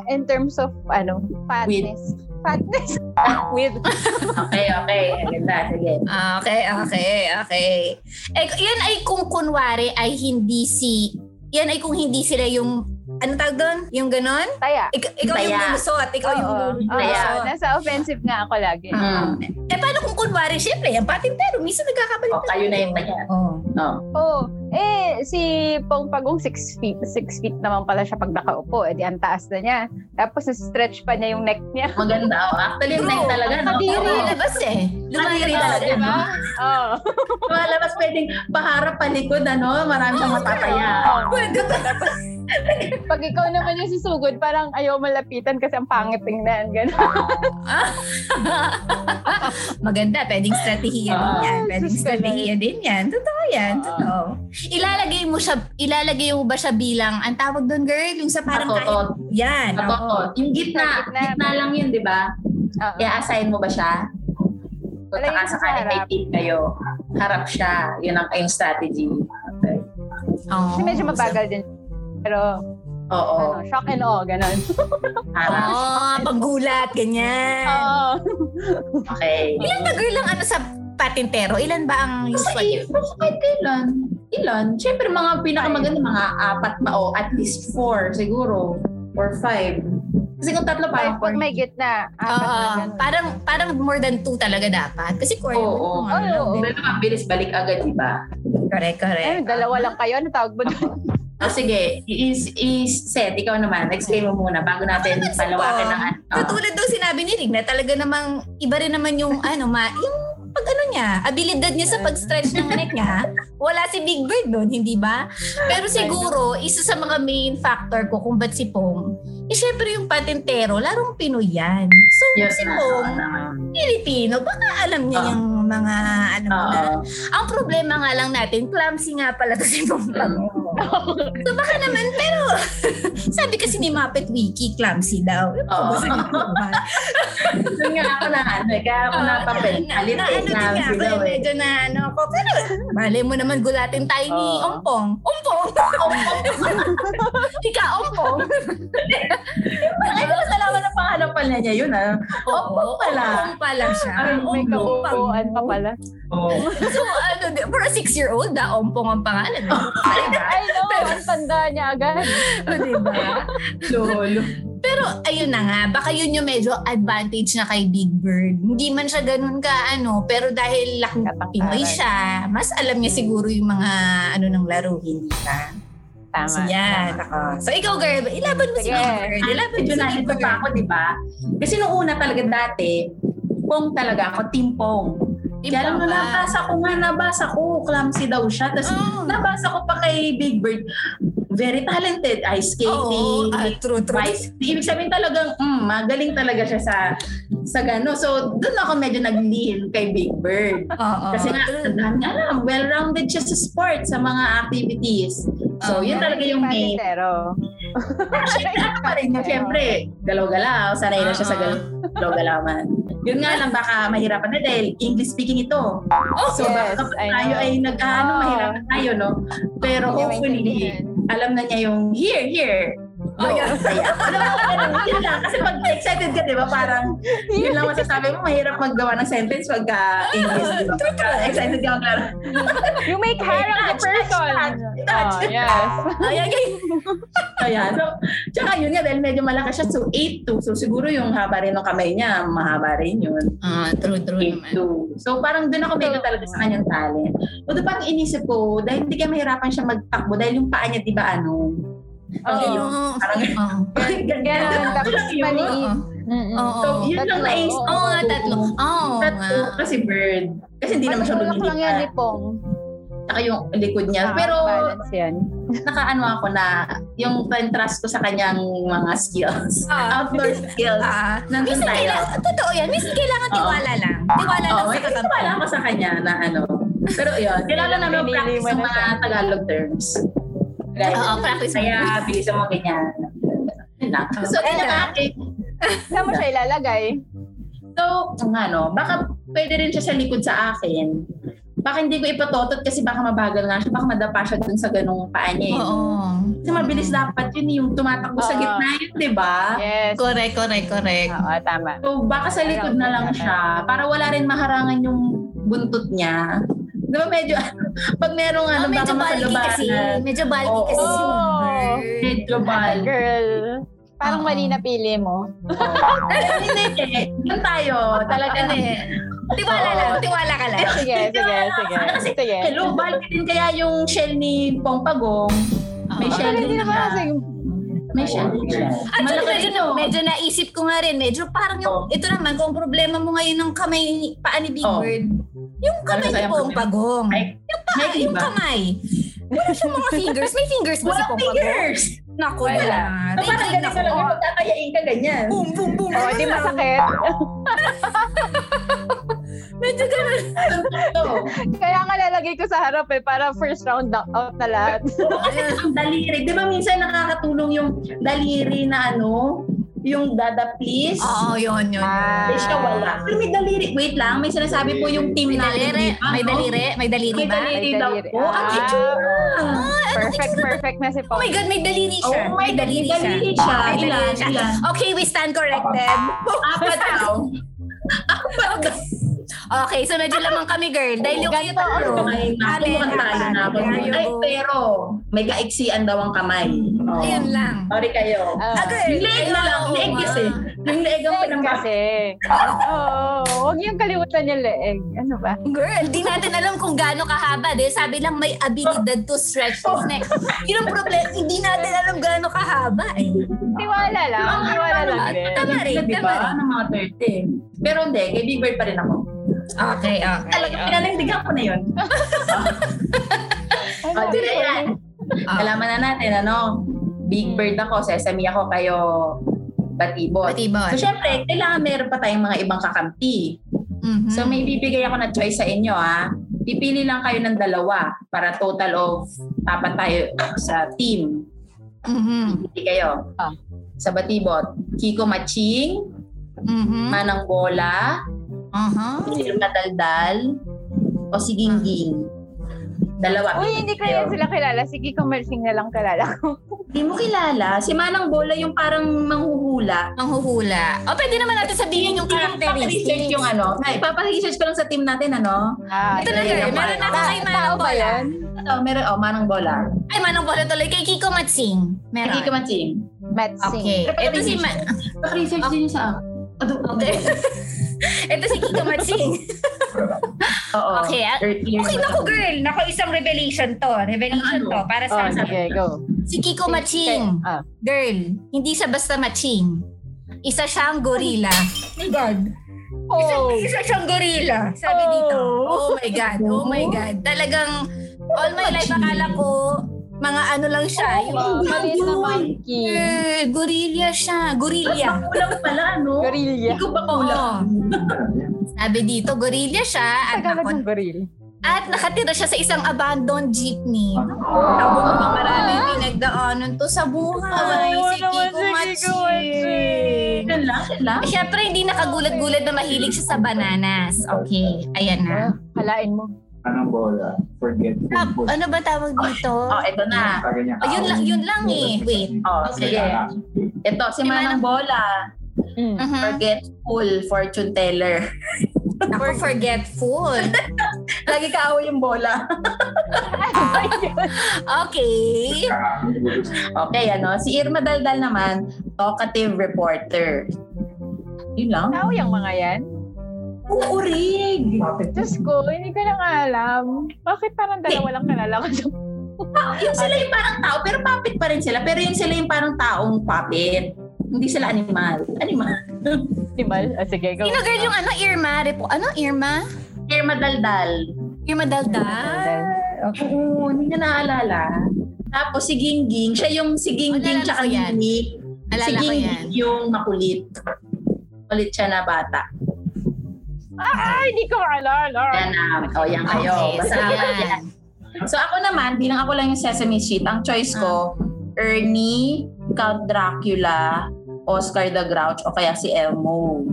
C: in terms of, ano, fatness. <laughs> Fatness. with.
A: <laughs> Okay, okay. Ang ganda. Sige.
B: Okay, okay, okay. Eh, yun ay kung kunwari ay hindi si... Yan ay kung hindi sila yung... Ano tawag doon? Yung ganon?
C: Taya.
B: Ik- ikaw yung
A: Taya.
B: lumusot. Ikaw yung
C: Oo. Oo,
B: lumusot.
C: nasa offensive nga ako lagi.
A: Mm.
B: Eh, paano kung kunwari? Siyempre, yung patintero. Minsan nagkakabalit.
A: O, Oh, kayo na yung Oh, tanya.
B: Oo.
A: No.
C: Oo. eh, si Pong Pagong 6 feet. 6 feet naman pala siya pag nakaupo. Eh, di ang taas na niya. Tapos, stretch pa niya yung neck niya. <laughs>
A: Maganda. Oh. Actually, yung neck
B: True.
A: talaga, no?
B: Hindi
A: Oo.
B: lumalabas eh.
A: Kadiri
B: Lumalabas.
A: talaga,
B: diba?
A: no?
C: Oo.
A: Lumalabas pwedeng paharap palikod, ano? Marami siyang matataya.
B: Pwede ba?
C: Pag ikaw naman yung susugod, parang ayaw malapitan kasi ang pangit tingnan.
A: <laughs>
C: Ganun.
B: Maganda, pwedeng strategiya din
A: Ah,
B: yan. Pwedeng
C: sus ka lang.
B: strategiya din yan. Totoo yan,
A: Ah.
B: totoo. Ilalagay mo siya, ilalagay mo ba siya bilang, ang tawag doon girl, yung sa parang
A: Patotot.
B: kahit, yan. oo.
A: Patotot. oh, Yung gitna.
C: Sa gitna.
A: Gitna lang yun, di ba?
C: Oo.
A: I-assign mo ba siya? Kung
C: Palagay
A: taka
C: mo sa
A: sakali may
C: harap.
A: team kayo, harap siya. Yun ang yung strategy. Okay.
B: Oo.
C: Kasi medyo mabagal din. Pero,
A: Oo,
C: ano, shock and awe, ganun.
A: harap.
B: <laughs> Oo, paggulat, Ah, ganyan.
C: Oo.
A: Okay.
B: Ilan na girl ang ano sa patintero? Ilan ba ang
A: Sa
B: usual?
A: April, kahit ilan. Ilan? Siyempre, mga pinakamaganda, mga apat pa o at least four siguro. Or five. Kasi kung tatlo parang
C: Five pag
A: four.
C: may gitna. apat na Ah,
B: Oo,
C: ganun.
B: parang parang more than two talaga dapat. Kasi quarter.
A: Oo.
B: ano lang
C: Oo.
B: din.
A: Dahil mabilis balik agad, di ba?
B: Correct, correct.
C: Ayun, dalawa lang kayo. Ano tawag mo
A: <laughs>
C: doon?
B: Ah.
A: O sige, is, is set. Ikaw naman, explain mo muna bago natin
B: Ano kasi
A: palawakin
B: po?
A: ng ano.
B: So, tulad daw sinabi ni Rig na talaga namang iba rin naman <laughs> yung ano ma, yung pag ano niya, abilidad niya sa pag-stretch ng neck niya. Wala si Big Bird doon, hindi ba? Pero siguro, isa sa mga main factor ko kung ba't si Pong, eh syempre yung patentero, larong Pinoy yan. So
A: Yun
B: si
A: na.
B: Pong, Pilipino, baka alam niya
A: Oo.
B: yung mga ano mo na.
A: Oo.
B: Ang problema nga lang natin, clumsy nga pala to si Pong
A: Mm.
B: Pang. So baka naman, pero <laughs> sabi kasi ni Muppet Wiki, clumsy daw. Yung
A: Oo.
B: pabasa niya po ba?
A: Doon nga ako na ano, eh, kaya <laughs> ako
B: Oo,
A: napapel.
B: Ah, na-
A: Alit
B: na-
A: eh, na
B: ano din nga ako,
A: sila
B: yung
A: eh.
B: medyo na ano ako. Pero, malay mo naman gulatin tayo ni
A: Ah.
C: Oo.
B: Ompong.
A: <laughs>
B: Ompong! Ompong! Ika, Ompong!
A: Ay, ko Ano salamat ang pangalan pala niya yun ah. Ompong pala.
B: Ompong pala siya.
A: Ay,
C: May
B: Ompong.
C: kabuuan pa pala.
A: Oo.
B: So, ano, di- for a six-year-old, ah, Ompong ang pangalan.
A: <laughs>
B: Ay,
C: I know, ang tanda niya agad.
B: diba?
A: Lolo.
B: Pero, ayun na nga, baka yun yung medyo advantage na kay Big Bird. Hindi man siya ganun ka, ano, pero dahil laking
C: Katangkaran.
B: Pinoy siya, mas alam
A: Hmm.
B: niya siguro yung mga, ano, ng laro, hindi ka.
C: Tama.
B: So, yan. Ako. So, ikaw, girl, ilaban mo si
C: Sige.
B: Mama Girl. Ilaban mo
A: Medyo
B: si
A: nalito
B: Mama
A: pa
B: Girl.
A: ako, di ba? Kasi nung una talaga dati, pong talaga ako, team pong. Kaya lang nung nabasa ko nga, nabasa ko, clumsy daw siya. Tapos
B: Oh.
A: nabasa ko pa kay Big Bird, very talented, ice
B: Oo,
A: skating,
B: ah, true, true.
A: Twice. Ibig sabihin talagang, mm, magaling talaga siya sa sa gano. So, doon ako medyo naglihil kay Big Bird.
B: Oo,
A: Kasi nga,
B: true.
A: ang dami niya alam. Well-rounded siya sa sports, sa mga activities. So,
B: Oo.
A: yun talaga yung main.
C: Patintero.
A: Ano pa rin yun, syempre, galaw-galaw. Sanay na siya
C: Ah.
A: sa
B: Oo.
A: galaw-galaman. Yun nga lang, baka mahirapan na dahil English speaking ito. So,
C: Oh, Yes,
A: baka kapag
C: I
A: tayo
C: know.
A: ay nag-ano,
C: Oo.
A: mahirapan tayo, no? Pero
C: Hindi niya
A: hopefully,
C: maintindihan.
A: alam na niya yung here, here.
B: Oh,
A: Go. <laughs>
B: yeah.
A: Kaya- No, ganun, yun lang. Kasi pag excited ka, di ba? Parang yun lang masasabi mo, mahirap maggawa ng sentence pagka English, di ba? Pagka excited ka maglaro.
C: You make hair of the
A: Touch,
C: person.
A: touch, touch.
C: Oh, yes.
B: Ay, <laughs> ay, ay.
A: Kaya, so, tsaka yun nga, dahil medyo malaki siya, so 8'2". So siguro yung haba rin ng kamay niya, mahaba rin yun.
B: Ah, true, true naman.
A: 8'2". So parang doon ako medyo talaga sa kanyang talent. Although parang inisip ko, dahil hindi kaya mahirapan siya magtakbo, dahil yung paa niya, di ba ano?
C: Oo.
B: Ayun.
A: Parang
B: Oo.
A: <laughs> ganyan.
C: Ganun, tapos
A: Lang yun.
C: mali.
B: Oo.
C: Mm-mm.
B: Oo.
A: <laughs> So yun lang
C: Tatlo.
A: na-ace.
B: Oo nga, tatlo. Oo nga.
A: Tatlo kasi bird. Kasi hindi naman siya
C: Matulak lang yan ni
A: lumilipat.
C: Pong. Ah,
A: Saka yung likod
B: Ah,
A: niya. Pero
C: balance yan.
A: nakaano ako na yung contrast ko sa kanyang mga
B: <laughs>
A: skills.
B: Ah.
A: Outdoor skills.
B: Ah,
A: Nandun
B: minsan
A: tayo.
B: kailangan, totoo yan, minsan kailangan
A: Oo.
B: tiwala lang. Tiwala lang
A: Oo,
B: sa
A: may
B: kakampi.
A: wala ako sa kanya na ano. Pero yun, kailangan namin
C: Pinili
A: practice
C: mo
A: ng
C: na
A: mga Tagalog terms. Gaya,
B: Oo, practice mo.
A: Kaya, bilisan mo ganyan. Yun lang.
B: Oo.
A: So, yun
C: Ayun.
A: ang akin.
C: Saan mo siya ilalagay?
A: So, kung ano, baka pwede rin siya sa likod sa akin. Baka hindi ko ipatotot kasi baka mabagal nga siya. Baka madapa siya dun sa ganung paa niya. eh.
B: Oo.
A: Kasi mabilis dapat yun eh, yung tumatakbo sa
C: Oo.
A: gitna yun, di ba?
C: Yes.
B: Correct, correct, correct.
C: Oo, tama.
A: So baka sa likod na lang siya para wala rin maharangan yung buntot niya. Di ba medyo, <laughs> pag merong ano,
B: Oh, medyo
A: baka
B: bulky kasi. Ano?
A: makalubanan.
B: Medyo bulky
A: Oo.
B: kasi si Wilmer.
A: Medyo bal.
B: <laughs>
C: Girl, parang
B: Oo.
C: mali na pili mo.
A: Eh, Hindi, hindi. Doon tayo. Talaga
B: Ano
A: na.
B: eh. Tiwala lang, tiwala ka lang.
C: Sige, sige, sige. Sige.
A: Hello, bulky din kaya yung shell ni Pong Pagong. May
B: Oo.
A: shell
C: Actually,
A: din
C: hindi naman
A: siya.
C: kasi
A: May shell din siya.
B: Actually,
A: Malaki
B: medyo,
A: din, oh.
B: medyo naisip ko nga rin, medyo parang yung, ito naman, kung problema mo ngayon ng kamay, ni- paa ni Big
A: Oh.
B: Bird, yung
A: Ano
B: kamay ni
A: sa'yo ang
B: Pong
A: problema?
B: Pagong.
A: Ay,
B: Yung paa, <laughs>
A: may
B: yung
A: iba.
B: kamay. Wala siyang mga fingers. May fingers ba si
A: Walang
B: Pong Pagong?
A: fingers!
B: Naku,
C: Wala.
B: wala.
A: So, parang ganito lang yung magkakayain ka ganyan.
B: Boom, boom, boom.
C: Oh, di masakit.
B: Medyo ganun.
A: So,
C: Kaya nga lalagay ko sa harap eh, para first round knockout na lahat.
A: ang daliri. Di ba minsan nakakatulong yung daliri na ano, yung dada please?
B: Oo, yun, yun. yun.
C: Ah.
A: Hindi siya wala. Pero may daliri. Wait lang, may sinasabi po yung team
B: May
A: natin. di
B: daliri,
A: ba,
B: may
A: no?
B: daliri, Ah, may daliri
A: May
B: ba?
A: daliri.
C: Ay,
A: daw
C: daliri.
A: po. Ang
C: Ah,
A: itsura.
C: Perfect, perfect na si
B: Oh
C: Pong.
B: my God, may daliri siya.
A: Oh my
B: may
A: God,
B: daliri
A: may
B: siya. Ah,
A: daliri siya.
B: May daliri
A: Ilan, ilan?
B: Okay, we stand corrected. <laughs>
A: Apat daw.
B: Okay, so medyo lamang kami, girl. Dahil yung oh. kayo tatlo.
A: Ay, naku,
B: Amen.
A: mukhang talo na ako.
B: Ayun.
A: Ay, pero may kaiksian daw ang kamay. Oh.
B: Ayun lang.
A: Sorry kayo.
C: Ah.
A: Yung leeg na lang. Leeg kasi. Yung leeg ang
C: Leeg
A: pinangkas.
C: kasi. Oo, huwag niyang kalimutan yung leeg. Ano ba?
B: Girl, di natin alam kung gaano kahaba. Dahil sabi lang may abilidad to stretch his <laughs> neck. Yun ang problema. Hindi natin alam gaano kahaba. Eh.
C: Tiwala lang. Tiwala lang din.
B: Tama rin,
A: Di
B: tama
A: ba?
B: rin.
A: Ng ano, mga 30. Pero hindi, kay Big Bird pa rin ako.
B: Okay, okay.
A: Talaga, pinanindigan ko na yun.
C: Ay,
A: Oh,
C: sabi
A: tira
C: ko,
A: yan. Alaman na natin, ano? Big Bird ako, sesame ako, kayo batibot.
B: Batibot.
A: So, syempre, kailangan meron pa tayong mga ibang kakampi.
B: Mhm.
A: So, may ibibigay ako na choice sa inyo, ha? Pipili lang kayo ng dalawa para total of apat tayo sa team.
B: Mhm.
A: Pipili kayo.
C: Ah.
A: Sa batibot, Kiko Maching,
B: Mhm.
A: Manang Bola,
B: Aha.
A: Sir Madaldal, o si Gingging. Dalawa.
C: Uy, hindi ko
A: Ayun.
C: yan sila kilala. Sige, commercial na lang kilala ko.
A: Hindi mo kilala. Si Manang Bola yung parang manghuhula.
B: Ang huhula. O, pwede naman natin sabihin yung
A: Ipaparesearch
B: characteristics.
A: yung ano. Ipaparesearch ko lang sa team natin, ano?
C: Ah,
B: Ito na,
C: sige.
B: girl. Meron ako kay
C: Tao
B: Manang
C: ba
B: Bola.
C: yan?
A: Ito, meron. Oh, Manang Bola.
B: Ay, Manang Bola tuloy. Kay Kiko Matsing. Meron.
A: Hindi ka man team.
C: Matsing.
B: Okay. Ito si, Ma-
A: Ipaparesearch din yung sa Ado,
B: Okay. <laughs> Ito si Kiko Matsing.
A: Oo.
B: Okay, ah. <laughs> Okay, naku girl. Naku, isang revelation to. Revelation
A: Ano?
B: to para
C: Oh,
B: sa
C: sige, go.
B: Si Kiko Matsing.
C: Ah.
B: Girl, hindi siya basta Matsing. Isa siyang gorila. Oh my God.
C: Oh,
B: Isa siyang gorila. Sabi
C: Oh.
B: dito. Oh my God. Oh my God. Talagang all my life akala ko mga ano lang siya.
C: wow.
B: yung
C: Maliit na
A: Yun.
C: monkey.
B: Eh, gorilla siya. Gorilla.
A: Kulang pala, ano?
C: Gorilla.
A: Hindi ko ba kulang?
B: Oo. Sabi dito, gorilla siya at,
C: Tagalog
B: nakon-
C: ng gorilla.
B: at nakatira siya sa isang abandoned jeepney.
C: Oh,
B: Ang maraming pinagdaanan to sa buhay.
C: Ay,
B: si Kiko Matsing.
A: Yan lang, yan lang.
B: Siyempre, hindi nakagulat-gulat na mahilig siya sa bananas. Okay, ayan na.
C: Ah, Halain mo.
D: Anong bola? Forget
B: Ah,
D: food.
B: ano ba tawag dito?
A: Oh, ito na.
B: Ah, yun lang- yun lang eh. Wait.
A: Oh, sige. Ito, si Manang Bola.
C: Mm.
B: Mhm.
A: Forgetful fortune teller. <laughs>
B: Ako, forgetful.
A: Lagi kaaway yung bola.
B: <laughs> Okay.
A: Okay, ano? Si Irma Daldal naman, talkative reporter. Yun lang.
C: Tao yung mga yan?
A: Uurig!
C: Diyos ko, hindi ko lang alam. Bakit parang dalawa lang kilala ko sa
A: Yung sila yung parang tao, pero puppet pa rin sila. Pero yung sila yung parang taong puppet. Hindi sila animal. Animal.
C: optimal? Ah, sige, go.
B: Sino girl yung ano, Irma? Repo, ano, Irma?
A: Irma Daldal.
B: Irma Daldal.
A: Oo, hindi na naalala. Tapos si Gingging, siya yung si Gingging
B: Alala
A: tsaka
B: ko yan.
A: Nini. Si
B: Alala ko yan.
A: Gingging yung makulit. Makulit siya na bata.
C: Ay, Ah, hindi ko maalala.
A: Yan na. O, yan kayo.
B: Okay,
A: Basta <laughs>
B: saan?
A: yan. So ako naman, bilang ako lang yung Sesame Street, ang choice ko,
B: Ah.
A: Ernie, Count Dracula, Oscar the Grouch, o kaya si Elmo.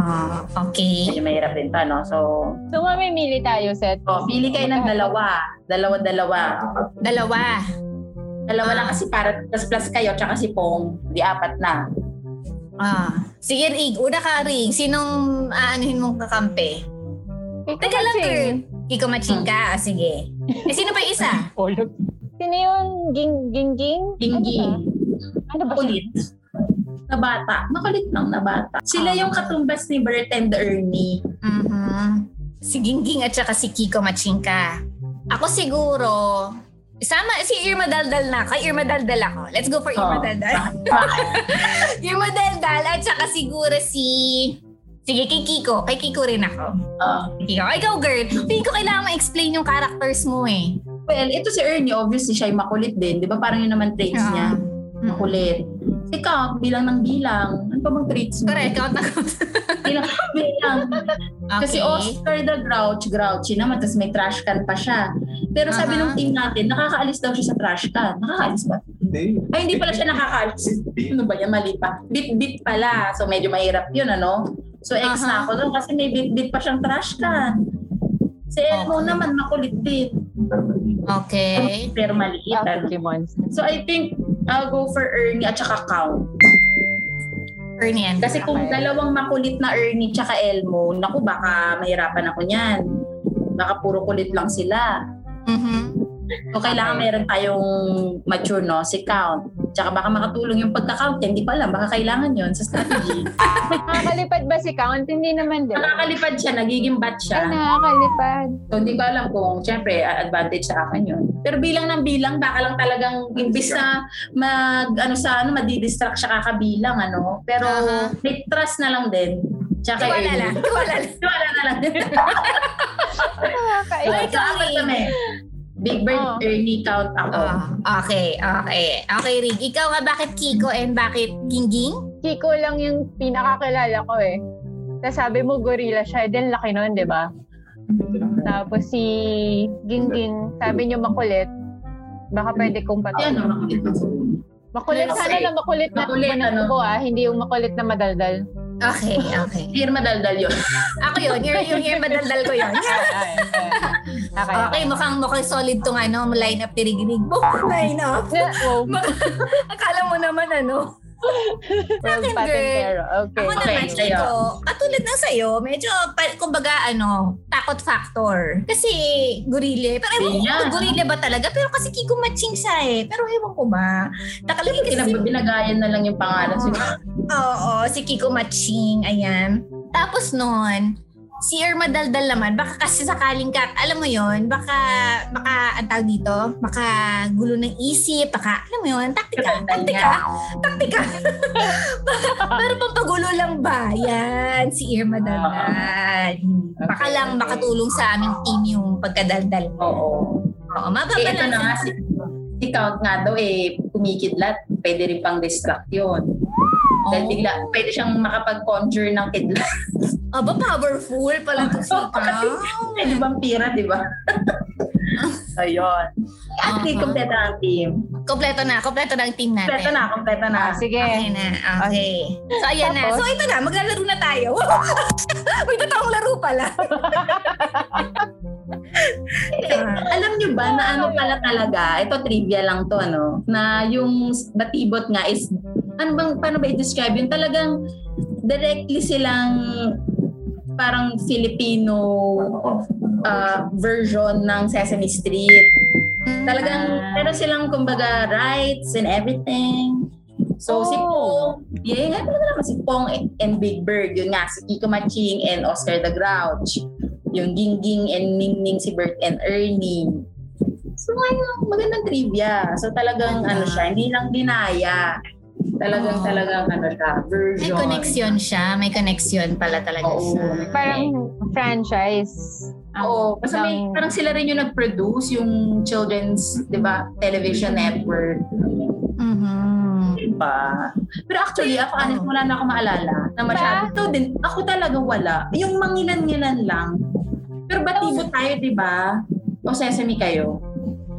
B: Ah, okay.
A: Medyo mahirap din pa, no? So,
C: So, mamimili tayo, Seth.
A: oh, pili kayo ng dalawa. Dalawa-dalawa.
B: Dalawa.
A: Dalawa lang kasi para plus plus kayo, tsaka si Pong, di apat na.
B: Ah. Sige, Rig. Una ka, Rig. Sinong aanuhin mong kakampi? Teka lang, girl. Kiko Maching ka. Ah, sige. Eh, sino pa yung isa?
C: Sino yun? Ging, ging, ging?
A: Gingging.
C: Ano ba?
A: Makulit. Na bata. Makulit lang na bata. Sila yung katumbas ni Bert and Ernie.
B: Mhm. Si Gingging at saka si Kiko Machinka. Ako siguro, sama si Irma Daldal na ako. Irma Daldal ako. Let's go for
A: Oh.
B: Irma Daldal. <laughs> Irma Daldal at saka siguro si... Sige, kay Kiko. Kay Kiko rin ako.
A: Ah.
B: Kiko, ikaw girl. Hindi ko kailangan ma-explain yung characters mo eh.
A: well, ito si Ernie, obviously siya ay makulit din. Di ba parang yun naman traits niya?
B: Yeah. Mm-hmm.
A: Makulit. Ikaw, bilang ng bilang. Ano pa bang traits mo?
B: Correct, count na count.
A: <laughs> Bilang bilang. Kasi Oscar the Grouch, grouchy naman. Tapos may trash can pa siya. Pero sabi
B: Aha.
A: ng team natin, nakakaalis daw siya sa trash can. Nakakaalis ba?
D: Hindi.
A: Ay, hindi pala siya nakakaalis. Ano ba yan? Mali pa. Bit-bit pala. So, medyo mahirap yun, ano? So, ex na
B: Aha.
A: ako doon kasi may bit-bit pa siyang trash can. Si Elmo
B: Okay.
A: naman, makulit din.
B: Okay.
A: Pero maliit, ano?
C: Classic monster.
A: So, I think I'll go for Ernie at saka Count.
B: Ernie yan.
A: Kasi kung
C: Okay.
A: dalawang makulit na Ernie tsaka Elmo, naku, baka mahirapan ako niyan. Baka puro kulit lang sila.
B: Mhm.
A: So, kailangan
C: Okay.
A: meron tayong mature, no? Si Count. Tsaka baka makatulong yung pagka-count. Hindi ko alam. Baka kailangan yon sa strategy.
C: Nakakalipad Ah, ba si Count? Hindi naman din.
A: Nakakalipad siya. Nagiging bat
C: Ay,
A: siya.
C: nakakalipad.
A: Diba? So, hindi ko alam kung, syempre, a- advantage sa akin yun. Pero bilang ng bilang, baka lang talagang, imbis na mag, ano sa, ano, madidistract siya kakabilang, ano. Pero,
B: Aha.
A: may trust na lang din. Tsaka,
B: Tiwala
A: Ernie.
B: lang. Tiwala lang.
A: <laughs> Tiwala na lang.
C: Nakakaiba.
B: Ay,
A: so, apat
B: Ernie.
A: kami. Big Bird,
C: Oh.
A: Ernie, Count, ako.
B: Ah, okay, okay. Okay, Rig. Ikaw nga, bakit Kiko and bakit Gingging?
C: Kiko lang yung pinakakilala ko eh. Tapos sabi mo, gorilla siya. Eh, Then laki nun, di ba? Tapos si Gingging, sabi niyo makulit. Baka pwede kong
A: Yan,
C: patuloy.
A: no, makulit na sila.
C: Makulit,
A: Let's
C: sana
A: say,
C: na makulit na
A: makulit,
C: makulit, ano?
A: ano?
C: ah. Hindi yung makulit na madaldal.
B: Okay, okay.
A: Here, madaldal yun. <laughs>
B: Ako yun, yung, yung, yung madaldal ko yun.
C: okay, okay.
B: Okay, mukhang, mukhang solid tong ano, line up ni Rig Rig. Mukhang line up.
C: Na-
A: <laughs>
C: oh, wow,
B: Akala mo naman ano.
C: world
B: Akin,
C: patentero. Okay.
B: Ako naman,
A: Okay, sa'yo.
B: Kiko, katulad ng sa'yo, medyo, pa- kumbaga, ano, takot factor. Kasi, gorilla. Pero ewan ko
A: Yan.
B: kung gorilla ba talaga. Pero kasi Kiko matching siya eh. Pero ewan ko ba. Nakalagay kasi si
A: Pinab- binagayan na lang yung pangalan.
B: Oo.
A: Siguro,
B: Oo, si Kiko Matching, ayan. Tapos noon, si Irma Daldal naman, baka kasi sakaling ka, alam mo yon baka, baka, ang tawag dito, baka gulo ng isip, baka, alam mo yon taktika,
A: Daldal
B: taktika, taktika. <laughs> Pero pampagulo lang ba? Yan, si
A: Ah.
B: Irma Daldal. Baka
C: Okay,
B: lang
C: okay.
B: makatulong sa aming team yung pagkadaldal mo.
A: oo.
B: Oo,
A: Eh, ito na nga,
B: mababalansin.
A: si, si Count nga daw eh, kumikidlat. Pwede rin pang distract yun. Dahil
C: Oh.
B: Oo.
A: bigla, pwede siyang makapag-conjure ng
C: <laughs>
A: kidlat.
B: Aba, powerful pala
A: <laughs>
B: to si
A: Oo, kasi Pwede bang pira, di
C: <laughs>
A: ba? so, yun. At least,
B: Uh-huh.
A: kompleto na ang team.
B: Kompleto na, kompleto na ang team natin.
A: Kompleto na, kompleto na.
C: Ah, sige.
B: Okay na, okay. So, ayan na.
C: Tapos?
B: So, ito na. Maglalaro na tayo. <laughs> May totoong laro pala. Ayan.
A: Alam nyo ba na ano pala talaga, ito trivia lang to ano, na yung batibot nga is, ano bang, paano ba i-describe yun? Talagang directly silang parang Filipino ah, version ng Sesame Street. Talagang,
C: Ah.
A: meron silang kumbaga rights and everything. So si
C: Oh.
A: Pong, yeah, nga pala naman si Pong and, and Big Bird, yun nga, si Kiko Maching and Oscar the Grouch. Yung Gingging and Ningning si Bert and Ernie. So ayun, magandang trivia. So talagang ano siya, hindi lang dinaya. Talagang
B: Oh.
A: talagang ano siya, version.
B: May connection siya. May connection pala talaga
A: Oo.
B: siya.
C: Parang franchise.
A: Oo, kasi may,
C: ng-
A: parang sila rin yung nag-produce yung children's, di ba, television network.
B: Mhm.
A: pa. Pero actually, ako honest, wala na ako maalala na masyado. Ito din, ako talaga wala. Yung mangilan-ngilan lang. Pero batibot tayo, di ba? O sesame kayo.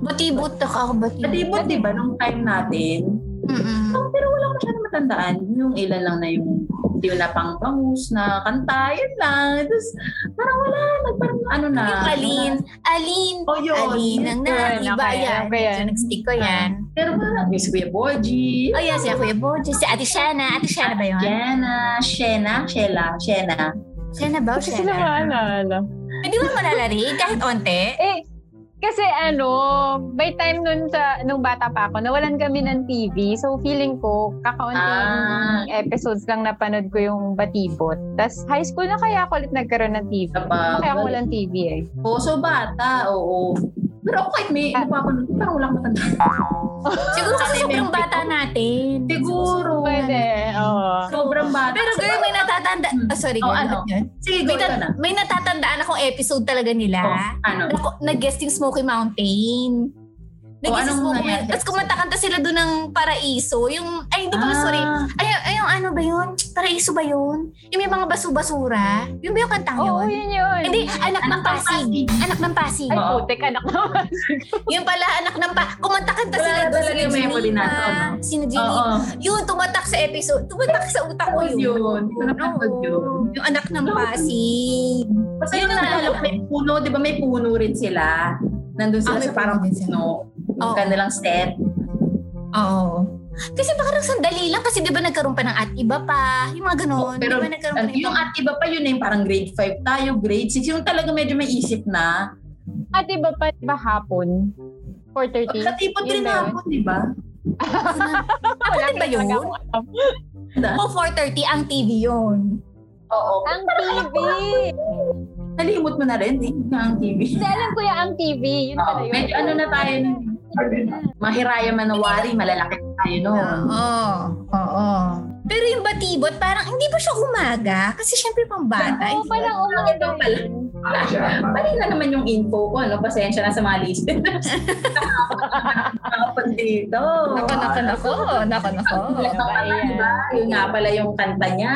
B: Batibot ako. Batibot.
A: Batibot, di ba, nung time natin?
B: Mhm.
A: Pero wala ko masyadong matandaan. Yung ilan lang na yung unti na pang bangus na kanta, yun lang. Tapos, parang wala, nagparang ano na.
B: Yung Aline. Aline.
A: O yun.
B: Aline ang
C: Yun,
B: naiba
C: okay,
B: yan.
C: okay yan.
B: Medyo nag-stick ko yan.
A: Pero parang, yung si Kuya Boji.
B: Oh yeah, si Kuya Bojo, si Ate Shana. Ate Shana ba yun?
A: Jenna, Shena, Shela, Shena.
B: Shana ba o
C: Kasi sila
B: Shana?
C: maalala.
B: Hindi mo malalarig kahit onte.
C: Eh, kasi ano, by time nun sa, nung bata pa ako, nawalan kami ng TV. So, feeling ko,
A: Ah.
C: kakaunting episodes lang napanood ko yung Batibot. Tapos, high school na kaya ako ulit nagkaroon ng TV.
A: Kapag-
C: Kaya ako walang TV eh.
A: Oso bata, oo. Pero ako kahit may napapanood, ko, parang walang matanda.
B: Siguro kasi sobrang bata natin.
A: Siguro.
C: Pwede, oo.
A: Sobrang bata.
B: Pero girl, may natatanda... Oh, sorry girl.
A: Oh, ano?
B: ba't yun?
A: Sige,
B: May,
A: go, ikaw na.
B: nat- may natatandaan akong episode talaga nila.
A: Oh, ano?
B: Ako, nag-guest yung Smoky Mountain.
A: Oh,
B: Nag-guest
A: anong
B: yung Smoky Mountain.
A: nangyari?
B: Tapos kumatakanta sila doon ng paraiso. Yung, ay hindi pala, sorry.
A: Ah,
B: Ay, ay, yung ano ba yun? Paraiso ba yun? Yung may mga basu-basura. Yun ba yung kantang
C: Oo,
B: yun?
C: yun yun.
B: Hindi, Oh, anak ng
A: Anak ng
B: Pasig.
A: Pasig.
B: Anak ng Pasig.
C: Ay,
A: Oo.
C: putik, anak naman.
B: Yun pala, anak ng Pasig. Kumantakanta
A: Wala
B: sila
A: na
B: doon.
A: talaga yung memory na
B: oh,
A: to, no?
B: Sino Jenny?
A: Oo.
B: Yun, tumatak sa episode. Tumatak sa utak ko
A: Yun,
B: yun.
A: yun. Napanood yun.
B: Yung anak ng Pasig.
A: Basta
B: Yun
A: yun
B: ang
A: na alam,
B: naalala ko.
A: may puno, di ba may puno rin sila? Nandun
B: Ah,
A: sila
B: may
A: sa parang
B: puno din sila.
A: puno. Yung
B: Oo.
A: kanilang set.
B: Oo. Kasi parang sandali lang kasi 'di ba nagkaroon pa ng at iba pa, yung mga
A: Oo,
B: ganun.
A: pero
B: 'Di ba nagkaroon pa
A: At
B: ng iba?
A: yung at iba pa yun na yung parang grade 5 tayo, grade 6. Yung talaga medyo may isip na.
C: <laughs> At iba pa, iba hapon. 4.30.
A: Katipon
C: Yun
A: rin
C: ba yun?
A: hapon, di ba?
B: Ako din ba yun?
A: Tanda.
B: O 4:30 ang TV 'yun.
A: Oo.
C: Ang TV!
A: Nalimot mo na rin, eh, ang TV.
C: Hindi, alam ko yung ang TV. Yun
A: Oo,
C: pala yun.
A: medyo ano na tayo, mahiraya manawari, malalaki na tayo noon.
B: Ah, Oo. Oo. Pero yung batibot parang hindi pa siya umaga kasi syempre pang bata.
C: Oo, parang umaga
A: Ito pala.
C: yun.
A: Mali na naman yung info ko, no? Pasensya na sa mga
B: <laughs>
A: listeners. Nakapag <laughs> dito.
B: Nako, nako, nako. Nako, nako.
A: Nakapag pala, di ba? Yun nga pala yung kanta niya.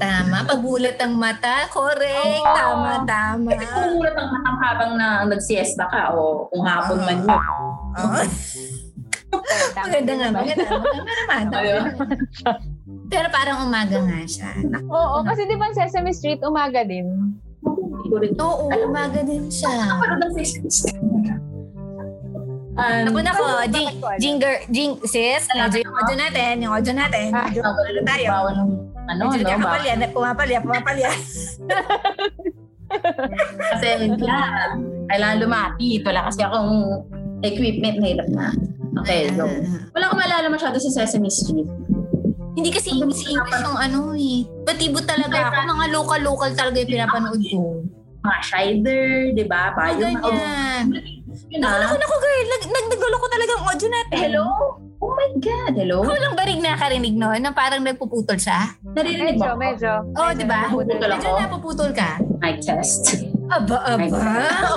B: Tama. Pagulat ang mata. Correct.
C: Oo.
B: Tama, tama.
A: Kasi kung mulat ang matang habang na nagsiesta ka o kung hapon man yun.
B: Oo. Maganda nga. Maganda. Maganda naman.
A: Ayun.
B: Pero parang umaga nga siya.
C: Oo, kasi di ba ang Sesame Street umaga din?
A: Hindi ko rin
B: Oo, umaga din siya.
A: Parang ng sessions. Um,
B: Ako na ko,
C: Bakit
B: jing,
C: ko alam?
B: jinger, jing, sis, medyo yung audio natin, yung audio natin.
C: Ah,
B: Medyo, ano tayo?
A: Bawal ng ano, no?
B: Medyo
A: Bawal.
B: nakakapalya, pumapalya, pumapalya.
A: Kasi yeah, kailangan lumapit. Wala kasi akong equipment na hirap na. Okay, so. Wala akong maalala masyado sa Sesame Street.
B: Hindi kasi English-English yung ano eh. Batibot talaga ako, mga local-local talaga yung pinapanood ko.
A: Mga Shider, di ba?
B: Ay,
A: Payo na. Oh,
B: ganyan.
A: yun ah.
B: Naku, naku, naku, girl, nag nag- nagluloko talaga ang audio natin.
A: Hello? Oh my God, hello?
B: Ako lang barig nakarinig no, na parang nagpuputol siya.
A: Naririnig
C: Medyo,
A: mo ako?
C: medyo.
B: Oo, di ba?
A: Nagpuputol
B: Medyo
A: ako.
B: napuputol ka.
A: Mic test.
B: Aba, aba.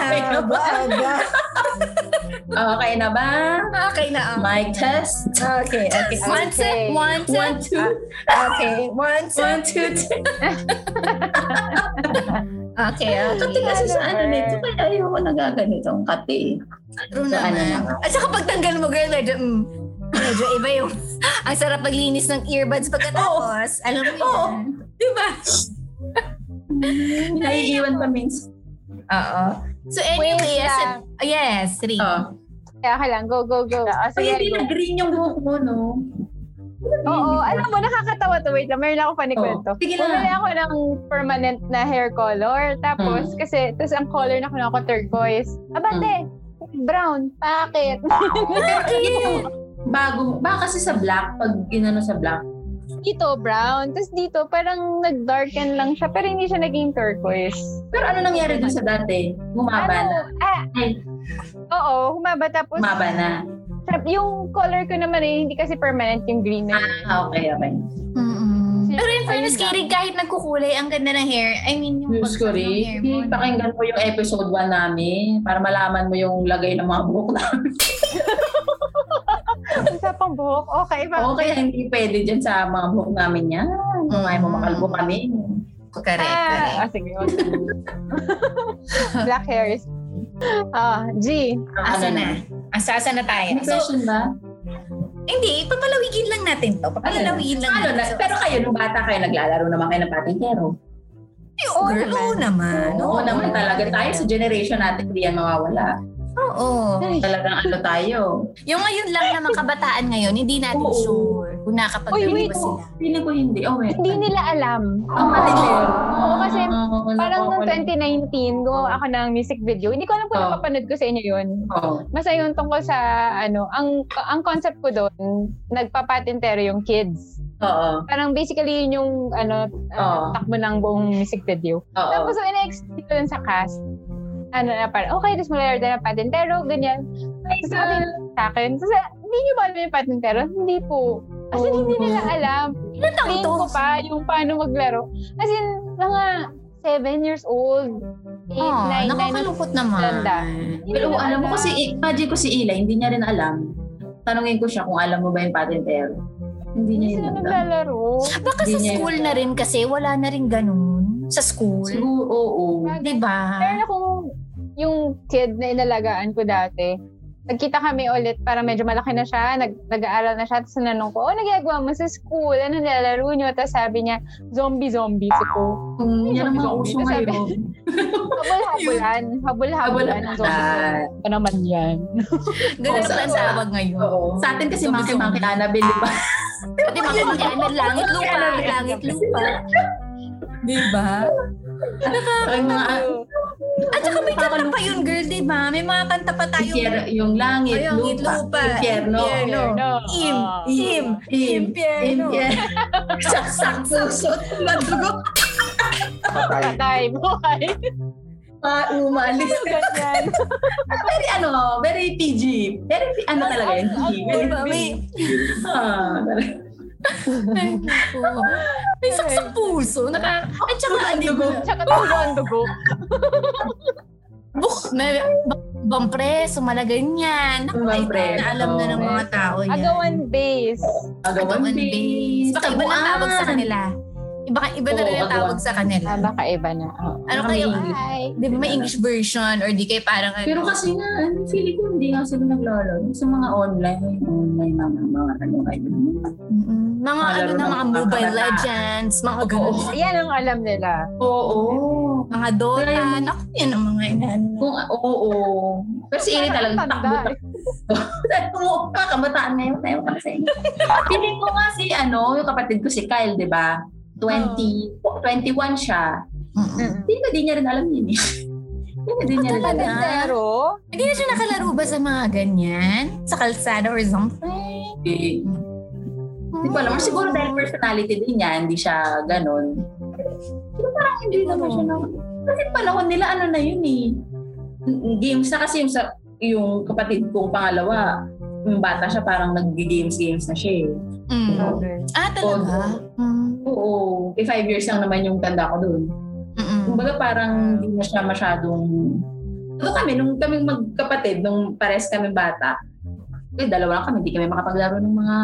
A: Okay na ba?
B: aba.
A: Okay na ba?
B: Okay na ako.
A: Mic test.
B: Okay, okay. One,
C: Okay.
B: two, one, two.
A: One, two,
B: Okay, one, two.
A: one, two, three.
B: Okay, ah. okay.
A: Kati kasi sa ano nito, kaya ayoko nagaganitong kati.
B: True
A: So, ano
B: naman.
A: naman.
B: At saka pagtanggal mo, girl, medyo, mm, medyo iba yung, <laughs> ang sarap maglinis ng earbuds pagkatapos. Alam mo yun.
A: Oo.
B: Di ba?
A: Naiiwan pa minsan.
B: Oo. So anyway,
C: Wait
B: yes,
C: lang.
B: oh, yes, three.
A: Oh.
C: Kaya ka lang, go, go, go. Oh,
A: Ay,
C: sige,
A: hindi
C: go.
A: na green yung buhok mo, no? Ano
C: Oo, alam mo, nakakatawa to. Wait lang, meron ako panikwento.
A: Oo. Sige lang.
C: Bumili ako ng permanent na hair color. Tapos,
A: Mm.
C: kasi, tapos ang color na kinuha ko turquoise. Abante, brown. Bakit?
A: Bakit? Bago. Baka kasi sa black, pag inano sa black.
C: dito, brown. Tapos dito, parang nag-darken lang siya. Pero hindi siya naging turquoise.
A: Pero ano nangyari dun sa dati? Bumaba na.
C: Ano? Ah,
A: Ay,
C: oo, humaba. Tapos,
A: bumaba na.
C: Sa- yung color ko naman eh, hindi kasi permanent yung green na yun.
A: Ah, okay, okay.
B: Mm-mm.
C: Sino-
B: Pero in fairness,
C: Ayun lang.
B: Kirig, kahit nagkukulay, ang ganda ng hair. I mean, yung
A: News ko
B: bagsak ng hair
A: rin.
B: mo.
A: Pakinggan mo yung episode 1 namin para malaman mo yung lagay ng mga buhok
C: <laughs>
A: namin.
C: Sa pang buhok, Oh, okay ba?
A: Oo, kaya hindi pwede dyan sa mga buhok namin yan. Kung ayaw mo makalbo kami.
B: Correct, correct.
C: Ah, ah, sige. wag. <laughs> Black hairs. Ah, G.
A: Ang
B: Asa
A: ano
B: na? Asa, asa na tayo.
A: May
B: So,
A: question ba?
B: Hindi, papalawigin lang natin to. Papalawigin lang
A: Ano na,
B: natin.
A: pero kayo, nung bata kayo, naglalaro naman kayo ng patintero.
B: Ay, oo
C: Girl,
B: naman. naman.
C: Ah,
A: Oo naman talaga. Tayo sa generation natin, hindi yan mawawala.
B: Oo.
A: Talagang ano tayo.
B: Yung ngayon lang na mga kabataan ngayon, hindi natin
A: Oo.
B: sure kung nakapag-laro
C: Uy, wait,
B: ba sila.
A: Feeling ko hindi. Oh, wait.
C: Hindi nila alam.
A: Ang patintero.
C: Oo, kasi
A: Oo,
C: Parang
A: naku,
C: noong
A: Ano, oh, wala.
C: 2019, gumawa ako ng music video. Hindi ko alam kung
A: Oh.
C: napapanood ko sa inyo yun.
A: Oo.
C: Basta yun tungkol sa, ano, ang ang concept ko doon, nagpapatintero yung kids.
A: Oo.
C: Parang basically yun yung, ano,
A: Oh.
C: ano, takbo ng buong music video.
A: Oo.
C: Tapos so, ina-explain ko yun sa cast. Ano na parang, okay, tapos malalayo tayo ng patintero, ganyan. Tapos sabi nila sa akin, tapos, eh, hindi nyo ba alam yung patintero? Hindi po. As in, hindi nila alam.
B: Ilan taon
C: Train
B: to?
C: ko pa yung paano maglaro. As in, mga 7 years old, 8,
B: Oh,
C: 9, 9.
B: nakakalungkot naman.
C: Tanda.
A: Ah, Pero alam mo kasi, imagine ko si Ila, hindi niya rin alam. Tanungin ko siya kung alam mo ba yung patintero. Hindi niya
C: Hindi sila
A: yun alam.
C: naglalaro.
B: Baka
A: Hindi
B: sa
A: niya
B: school na rin kasi wala na rin ganun. Sa school.
A: Siguro, oo.
B: Di ba?
C: Meron akong yung kid na inalagaan ko dati. Nagkita kami ulit para medyo malaki na siya, nag, nag-aaral na siya. Tapos nanong ko, oh, nagagawa mo sa school, ano nilalaro niyo? Tapos sabi niya, zombie-zombie. Sabi ko,
A: Kung yan ang mga
C: Zombie,
A: uso
C: sabi-
A: ngayon.
C: habol-habulan, habol-habulan ng zombie.
A: Habol-habulan.
C: Ano naman yan?
A: Oo,
B: Ganun pa ang
A: sa-
B: tawag ngayon.
A: Oo. Sa atin kasi mga mga Annabelle, di ba?
B: Pati mga pagkainan, langit lupa,
A: Annabelle.
B: langit lupa. Di ba?
C: <laughs>
A: Ang mga
C: Ano?
B: At saka may kanta pa yun, girl, di ba? May mga kanta pa
A: Impyer-
B: tayo.
A: yung langit,
B: Ayun,
A: lupa,
B: lupa,
A: impyerno,
B: impyerno.
C: Ano?
B: Im, im,
A: Ah. im,
B: impyerno.
A: impyerno, saksak puso, madugo,
D: Patay.
C: Patay, buhay.
A: pa umalis. <laughs>
C: Ganyan.
A: Very ano, very PG. Very pi- ano talaga yun. PG. Very
B: Diba? May,
A: <laughs> PG. Ah, talaga.
B: may saksak puso. Naka, at
A: Ano
B: saka, di ba?
C: Tsaka tulo ang dugo.
B: Buk, may bampre, sumala ganyan. Naku,
A: Bang
B: ay,
A: preso.
B: na alam na ng mga tao yan.
C: Agawan base.
A: Agawan
B: Agawan
A: base.
B: base. Baka iba na ano, tawag sa
A: Tabuan.
B: kanila. Iba, iba na rin
A: Oo,
B: ang tawag sa kanila.
C: Ah, baka iba na. Oh.
B: Ano
A: Baka
B: kayo?
A: may English.
B: Ay, di ba may English version? Or di kayo parang ano?
A: Pero kasi nga, ano, feeling ko hindi nga sila naglalaro. Sa mga online, online na mga ano kayo.
B: Mm-mm. mga
A: Mga
B: ano
A: laro ng
B: na, mga
A: mga
B: Mobile
A: bata.
B: Legends, mga ganun.
C: Yan ang alam nila.
A: Oo. eh.
B: Mga Dota.
A: Kaya
B: Naku, yun ang mga ano. inano.
A: Kung, oo. Pero si Ili
C: Parang
A: talagang takbo
C: tanda
A: <laughs>
C: eh.
A: Dahil mo, mga kabataan na yun, tayo para sa inyo. <laughs> Feeling ko nga si, ano, yung kapatid ko si Kyle, di ba? 20, 21 siya.
B: Mm-mm.
C: Mm-mm.
A: Hindi ba di niya rin alam yun eh. Hindi ba di niya rin alam.
B: Talaga?
C: Pero,
B: Hindi na siya nakalaro ba sa mga ganyan? Sa kalsada or something?
A: Eh, Hindi ko alam. Or Siguro dahil personality din niya, hindi siya ganun. Pero parang hindi naman siya na... Kasi panahon nila, ano na yun eh. Mm, Games na kasi yung, sa, yung kapatid kong pangalawa, yung bata siya parang nag-games-games na siya eh.
B: Mm.
C: Okay.
B: Ah, talaga? Mm.
A: Oo. Eh, five years lang naman yung tanda ko doon.
B: Mm-mm.
A: Kumbaga parang hindi na siya masyadong... Ito kami, nung kaming magkapatid, nung pares kami bata, eh, dalawa lang kami, hindi kami makapaglaro ng mga,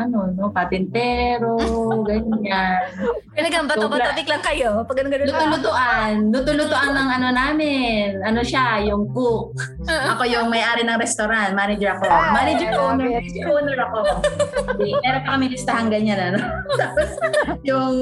A: ano, no, patintero, ganyan.
B: Talagang bato-bato lang kayo. Pag ganun-ganun lang.
A: Luto-lutuan. Luto-lutuan ng ano namin. Ano siya, yung cook. Ako yung may-ari ng restaurant. Manager ako.
C: Ah,
A: Manager
C: I love
A: owner.
C: it.
A: Manager owner ako. Hindi, Meron pa kami listahan ganyan, ano. <laughs> Tapos, yung,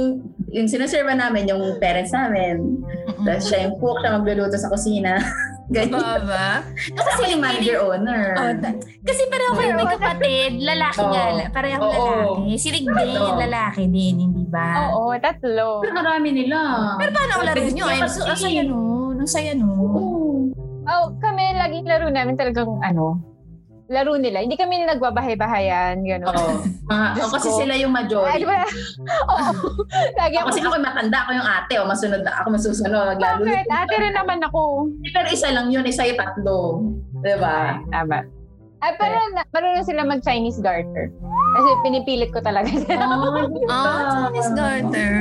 A: yung sinaserva namin, yung parents namin. Tapos siya yung cook, siya magluluto sa kusina. <laughs> Ganyan.
B: Baba.
A: Kasi yung manager owner.
B: Diba, Oh, ta- kasi pareho kayo may kapatid, lalaki
A: Oo.
B: nga, la- parehong
A: Oo.
B: lalaki. Si Rick din,
A: Oo.
B: lalaki din, hindi ba?
C: oo, tatlo.
A: Pero marami nila.
B: Pero paano ang laro nyo? Ay, so, ang saya nun, ang saya nun.
A: Oo.
C: Oh, kami laging laro namin talagang ano, laro nila. Hindi kami nagbabahay-bahayan, gano'n.
A: Oo. Mga-
C: Diyos
A: oh, kasi
C: ko.
A: sila yung
C: Ay,
A: majority.
C: di ba? <laughs> Oo. Lagi
A: Ako
C: ako,
A: kasi ako yung matanda, ako yung ate. O, masunod na ako, masusunod. Lalo.
C: bakit? Ate rin naman ako.
A: Pero isa lang yun, isa yung tatlo. Diba?
C: Tama. Ay, Ah, pero na, marunong sila mag-Chinese garter. Kasi pinipilit ko talaga. <laughs>
A: Oh,
B: Ah, Miss Garter.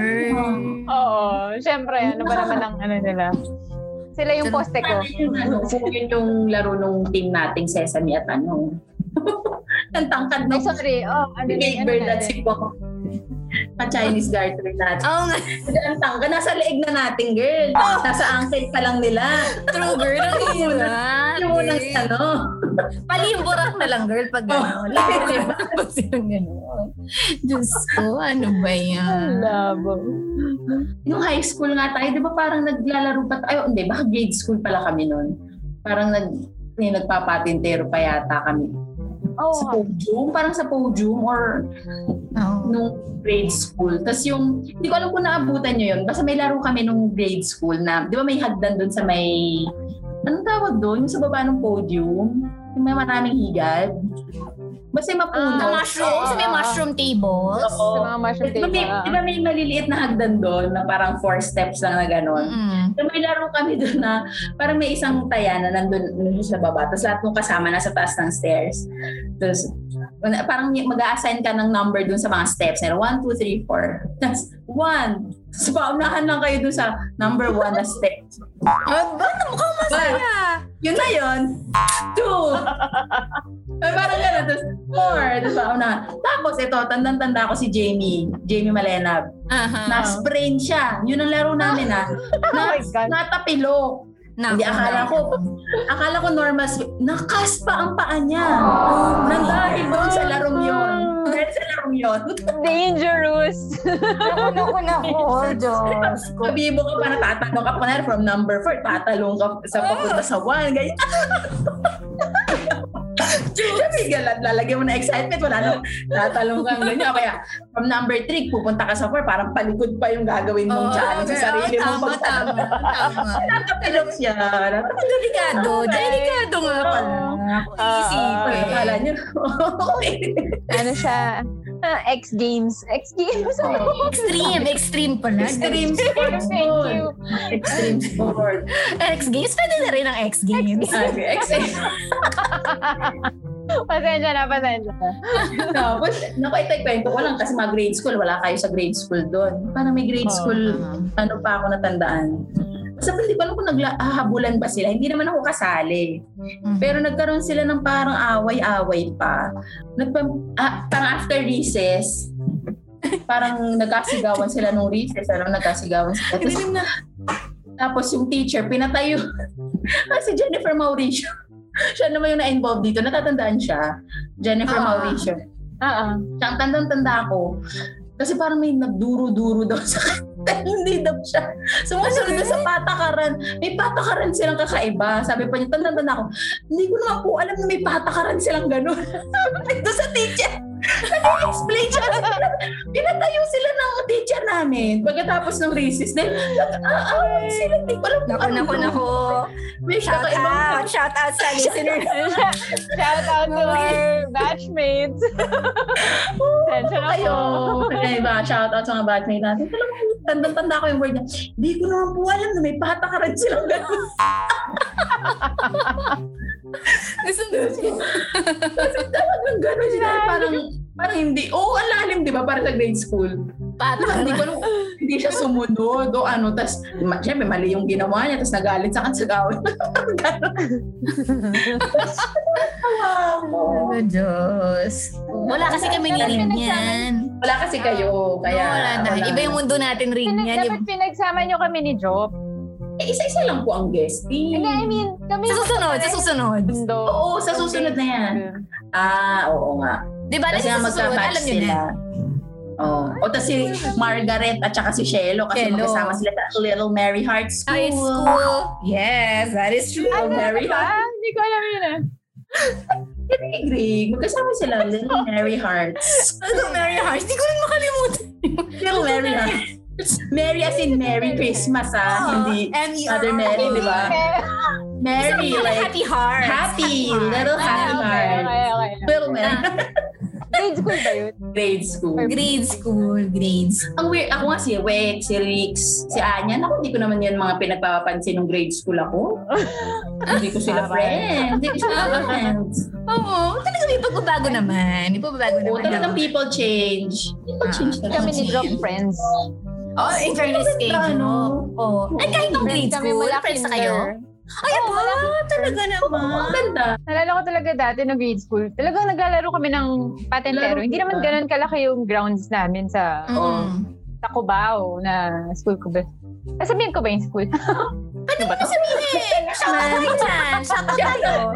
C: oo, syempre, ano ba naman ang ano nila. Sila yung poste ko.
A: Yun, ano, yun yung laro nung team nating Sesame at ano. <laughs> Ang tangkad
C: Ay,
A: nung
C: sorry. Oh, ano na
A: big
C: ano
A: bird
C: na-
A: at si Pong. Pa-Chinese garter natin.
B: Oo nga,
C: Ah.
A: Ang tangkad. Nasa leeg na natin, girl. Nasa ankle pa lang nila.
B: true girl. Ang hirap.
A: Yung ng ano.
B: Palimburak na lang, girl, pag gano'n. <laughs> Palimburak pa silang gano'n. Diyos ko, ano ba yan?
C: Labo.
A: Nung high school nga tayo, di ba parang naglalaro pa tayo? Ay, hindi, baka grade school pala kami noon. Parang nag, may nagpapatintero pa yata kami.
C: Oo.
A: Sa podium, parang sa podium or
B: Oo.
A: nung grade school. Tapos yung, hindi ko alam kung naabutan nyo yun. Basta may laro kami nung grade school na, di ba may hagdan doon sa may, anong tawag doon? Yung sa baba ng podium? Yung may maraming higad? Basta yung
B: Sa
A: mapunaw.
B: Ah, mushroom, sa may mushroom tables.
A: Oo.
C: Sa mga mushroom
A: Di ba, may, di
C: table.
A: ba may maliliit na hagdan doon na parang four steps lang na gano'n?
B: Mm-mm.
A: So may laro kami <laughs> doon na parang may isang taya na nandun, nandun sa baba. Tapos lahat mong kasama nasa taas ng stairs. Tapos una- parang y- mag-a-assign ka ng number doon sa mga steps. Nero, 1, 2, 3, 4. <laughs> Tapos 1. So paunahan lang kayo doon sa number 1 na step.
B: Ah, ba? Mukhang masaya.
A: Yun na yun. 2. Ay, parang gano'n. Tapos 4. Tapos paunahan. Tapos ito, tandang-tanda ko si Jamie. Jamie Malenab.
B: Aha.
A: Na-sprain siya. Yun ang laro namin ah.
C: Oh
A: Na,
C: my God.
A: natapilok.
B: Nako,
A: Hindi, akala ko, akala ko normal swi- Nakas pa ang paa niya.
B: Oh,
A: Nang dahil doon sa larong yon. Dahil sa larong yon.
C: Dangerous.
B: Naku, naku, naku. Diyos ko.
A: Kabibo ka pa, natatanong ka pa na from number 4, tatalong ka sa papunta sa 1,
B: <laughs>
A: ganyan. Sabi, galat, lalagyan mo na excitement, wala nang tatalong kang ganyan. Kaya from number 3, pupunta ka sa 4, parang palikod pa yung gagawin mong challenge sa sarili
B: Oh, tama,
A: mo.
B: Tama, tama, tama.
A: Nakapilok siya.
B: Delikado.
C: Okay.
B: Delikado nga pala.
A: Wala,
B: Iisipin.
A: Akala niyo. <laughs> Okay.
C: ano siya? Oh. Ah, <laughs> X Games. X Games.
B: Extreme, extreme pala.
A: Extreme sports
C: <laughs> Thank
A: yun.
C: you.
A: Extreme sport.
B: X Games, pwede na rin ang X Games.
A: Sabi, extreme.
C: Pasensya na, pasensya na.
A: Tapos, naku, ito kwento ko lang kasi mga grade school, wala kayo sa grade school doon. Parang may grade
C: Oo.
A: school, ano pa ako natandaan. Basta hindi ko alam kung naghahabulan ba sila. Hindi naman ako kasali. Pero nagkaroon sila ng parang away-away pa. Nagpa, ah, parang after recess, parang nagkasigawan sila nung recess. Ano, nagkasigawan sila. Tapos, tapos yung teacher, pinatayo. <laughs> Kasi Jennifer Mauricio. siya naman yung na-involve dito. Natatandaan siya. Jennifer
B: Ah.
A: Mauricio.
C: Oo. <laughs>
A: Siya ang tandang-tanda ko. Kasi parang may nagduro-duro daw sa kanya. <laughs> Hindi daw siya. Sumusunod na sa patakaran. May patakaran silang kakaiba. Sabi pa niya, tandang-tanda ko, hindi ko naman po alam na may patakaran silang gano'n. <laughs> Sabi ko sa teacher. Nag-explain siya. Pinatayo sila ng teacher namin. Pagkatapos ng recess, then, nag-aaway sila. Hindi ko alam kung ano
B: Naku, naku,
A: yun.
B: naku.
A: May
B: Shout
A: kakaibang-
B: out. Shout out sa listener.
C: Shout out to our
B: <laughs>
C: batchmates. Pasensya na
A: kayo.
C: po.
A: Ay Oh, ba, shout out sa mga batchmate natin. Alam mo, tanda-tanda ko yung word niya. Hindi ko naman po alam na may patakaran silang gano'n.
B: <laughs>
A: Talagang gano'n sila. Parang, parang hindi. Oo, oh, alalim, di ba? Para sa grade school. Parang hindi ko alam, hindi siya sumunod o ano. Tapos, ma- syempre, mali yung ginawa niya. Tapos nagalit sa akin sa <laughs> gawin. Gano'n.
B: <laughs>
A: Wow.
B: Oh, Diyos. Wala kasi kami ni Rin yan.
A: Wala kasi kayo. Kaya,
B: wala na. Iba yung mundo natin rin
C: Pinag-
B: yan.
C: dapat
B: Iba-
C: pinagsama nyo kami ni Job.
A: Eh, isa-isa lang po ang guesting.
C: Hindi, I
B: Ano eh?
C: mean, kami
B: Sa susunod, sa susunod.
C: Mundo.
A: Oo, sa susunod na yan. Ah, oo nga.
B: Di ba?
A: Kasi
B: Ano Sa
A: nga
B: susunod,
A: magka-batch
B: Diba? alam nyo na.
A: sila. Oh. O tas si Margaret at saka si Shelo kasi
B: Shelo.
A: magkasama sila sa Little Mary Heart School.
B: High school. Yes, that is true.
A: Little
C: Ano
A: Mary
C: ba?
A: Heart.
C: Hindi ko alam yun eh.
A: Hindi, Greg. Magkasama sila Little Mary Hearts.
B: Little Ano Mary Heart. Hindi ko rin makalimutan.
A: Little
B: Ano
A: Mary Hearts. Mary as in Merry Christmas ah, hindi
B: M-U-R-R.
A: Mother Mary, di
B: Diba?
A: ba? Mary
B: Isang
A: like
B: E happy Ano heart.
A: happy, little happy
C: Okay,
A: heart.
C: okay, okay.
A: Little
B: Ah.
A: Mary
C: Grade school ba yun?
A: grade school.
B: Grade school, grade school.
A: Ang weird, ako nga si Wex, si Rix, si Anya, naku, hindi ko naman yan mga pinagpapansin nung grade school ako. hindi ko sila
C: Tama.
A: friends. Hindi ko sila friends.
B: Oo, talaga may pagbabago naman. May pagbabago
A: Oo,
B: naman.
A: talagang people change. People
B: Ah.
A: change talaga. Oh,
C: Kami ni Job friends.
B: Oo, in fairness kay
A: Ano?
B: Job. Oo. Ay, kahit nung grade
C: Kami
B: school,
C: mula
B: friends na kayo.
C: kinder.
B: Ay, aba, talaga
A: Ang
B: naman.
A: ganda.
C: Nalala ko talaga dati no grade school. Talagang naglalaro kami ng patentero.
A: Laro
C: Hindi naman
A: kita.
C: ganun kalaki yung grounds namin sa
B: Mm.
C: Tacubao na school <laughs> ko ba. Ah, Sabihin ko ba yung school?
B: Ano ba sabihin? Shoutout dyan. Shoutout tayo.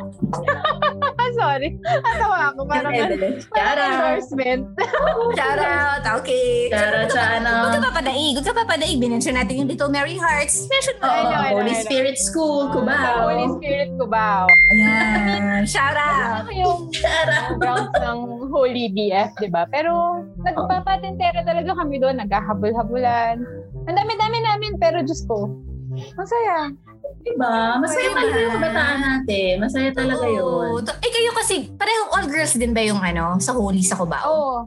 C: Ah, sorry. Natawa ako. Parang, ano, parang
A: Shoutout.
C: endorsement.
B: Shoutout. Okay.
A: Shoutout sa ano.
B: Good ka papadaig. Good ka papadaig. Binention natin yung Little Mary Hearts. Mention mo.
C: Ay, no.
A: Oh, Holy Spirit School, Cubao.
C: Holy Spirit Cubao.
B: Ayan. Shoutout.
A: Ah.
C: Ano yung
A: Shoutout.
C: grounds ng Holy BF, di ba? Pero nagpapatentera talaga kami doon, naghahabol-habulan. Ang dami-dami namin, pero Diyos ko, ang saya.
A: Diba? Masaya
B: Masaya
A: talaga yung
B: naman.
A: kabataan natin. Masaya talaga
B: Oo.
A: Ano yun.
B: To- Eh kayo kasi, parehong all girls din ba yung ano, sa Holy sa Cubao?
C: Oo.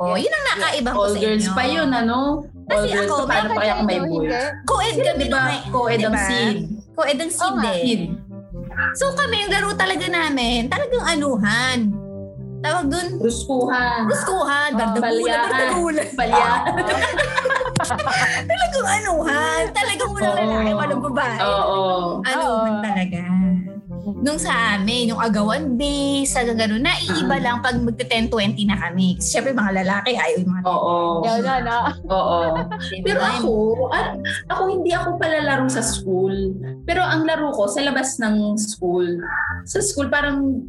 B: Oh, yun ang nakaibang ko
A: All
B: sa inyo.
A: girls pa yun, ano? All
B: Kasi
A: girls
B: ako,
A: pa, paano pa kaya kung may
C: Bakit
A: boy?
C: hindi?
B: Co-ed kami
A: Diba?
B: nung may-
A: Co-ed ang
B: Diba?
A: seed.
B: Co-ed ang seed
C: Oo nga.
B: eh.
A: Seed.
B: So kami, yung laro talaga namin, talagang anuhan. Tawag dun,
A: Ruskuhan.
B: Gustuhan,
C: Oh,
B: bardagulan,
A: balyaan.
B: bardagulan. <laughs>
A: Palya.
B: Talagang anuhan. Talagang walang
A: Oo.
B: lalaki, walang babae.
A: <laughs> Oo.
B: Anuhan
C: Oo.
B: talaga. Nung sa amin, yung agawan base, sa gano'n, naiiba
A: <laughs>
B: lang pag magte 10-20 na kami. Kasi Siyempre, mga lalaki, ayaw yung mga
A: Oo.
C: Yun na, na.
A: Oo. Pero
B: Diba?
A: ako, at ako hindi ako pala laro sa school. Pero ang laro ko sa labas ng school. Sa school parang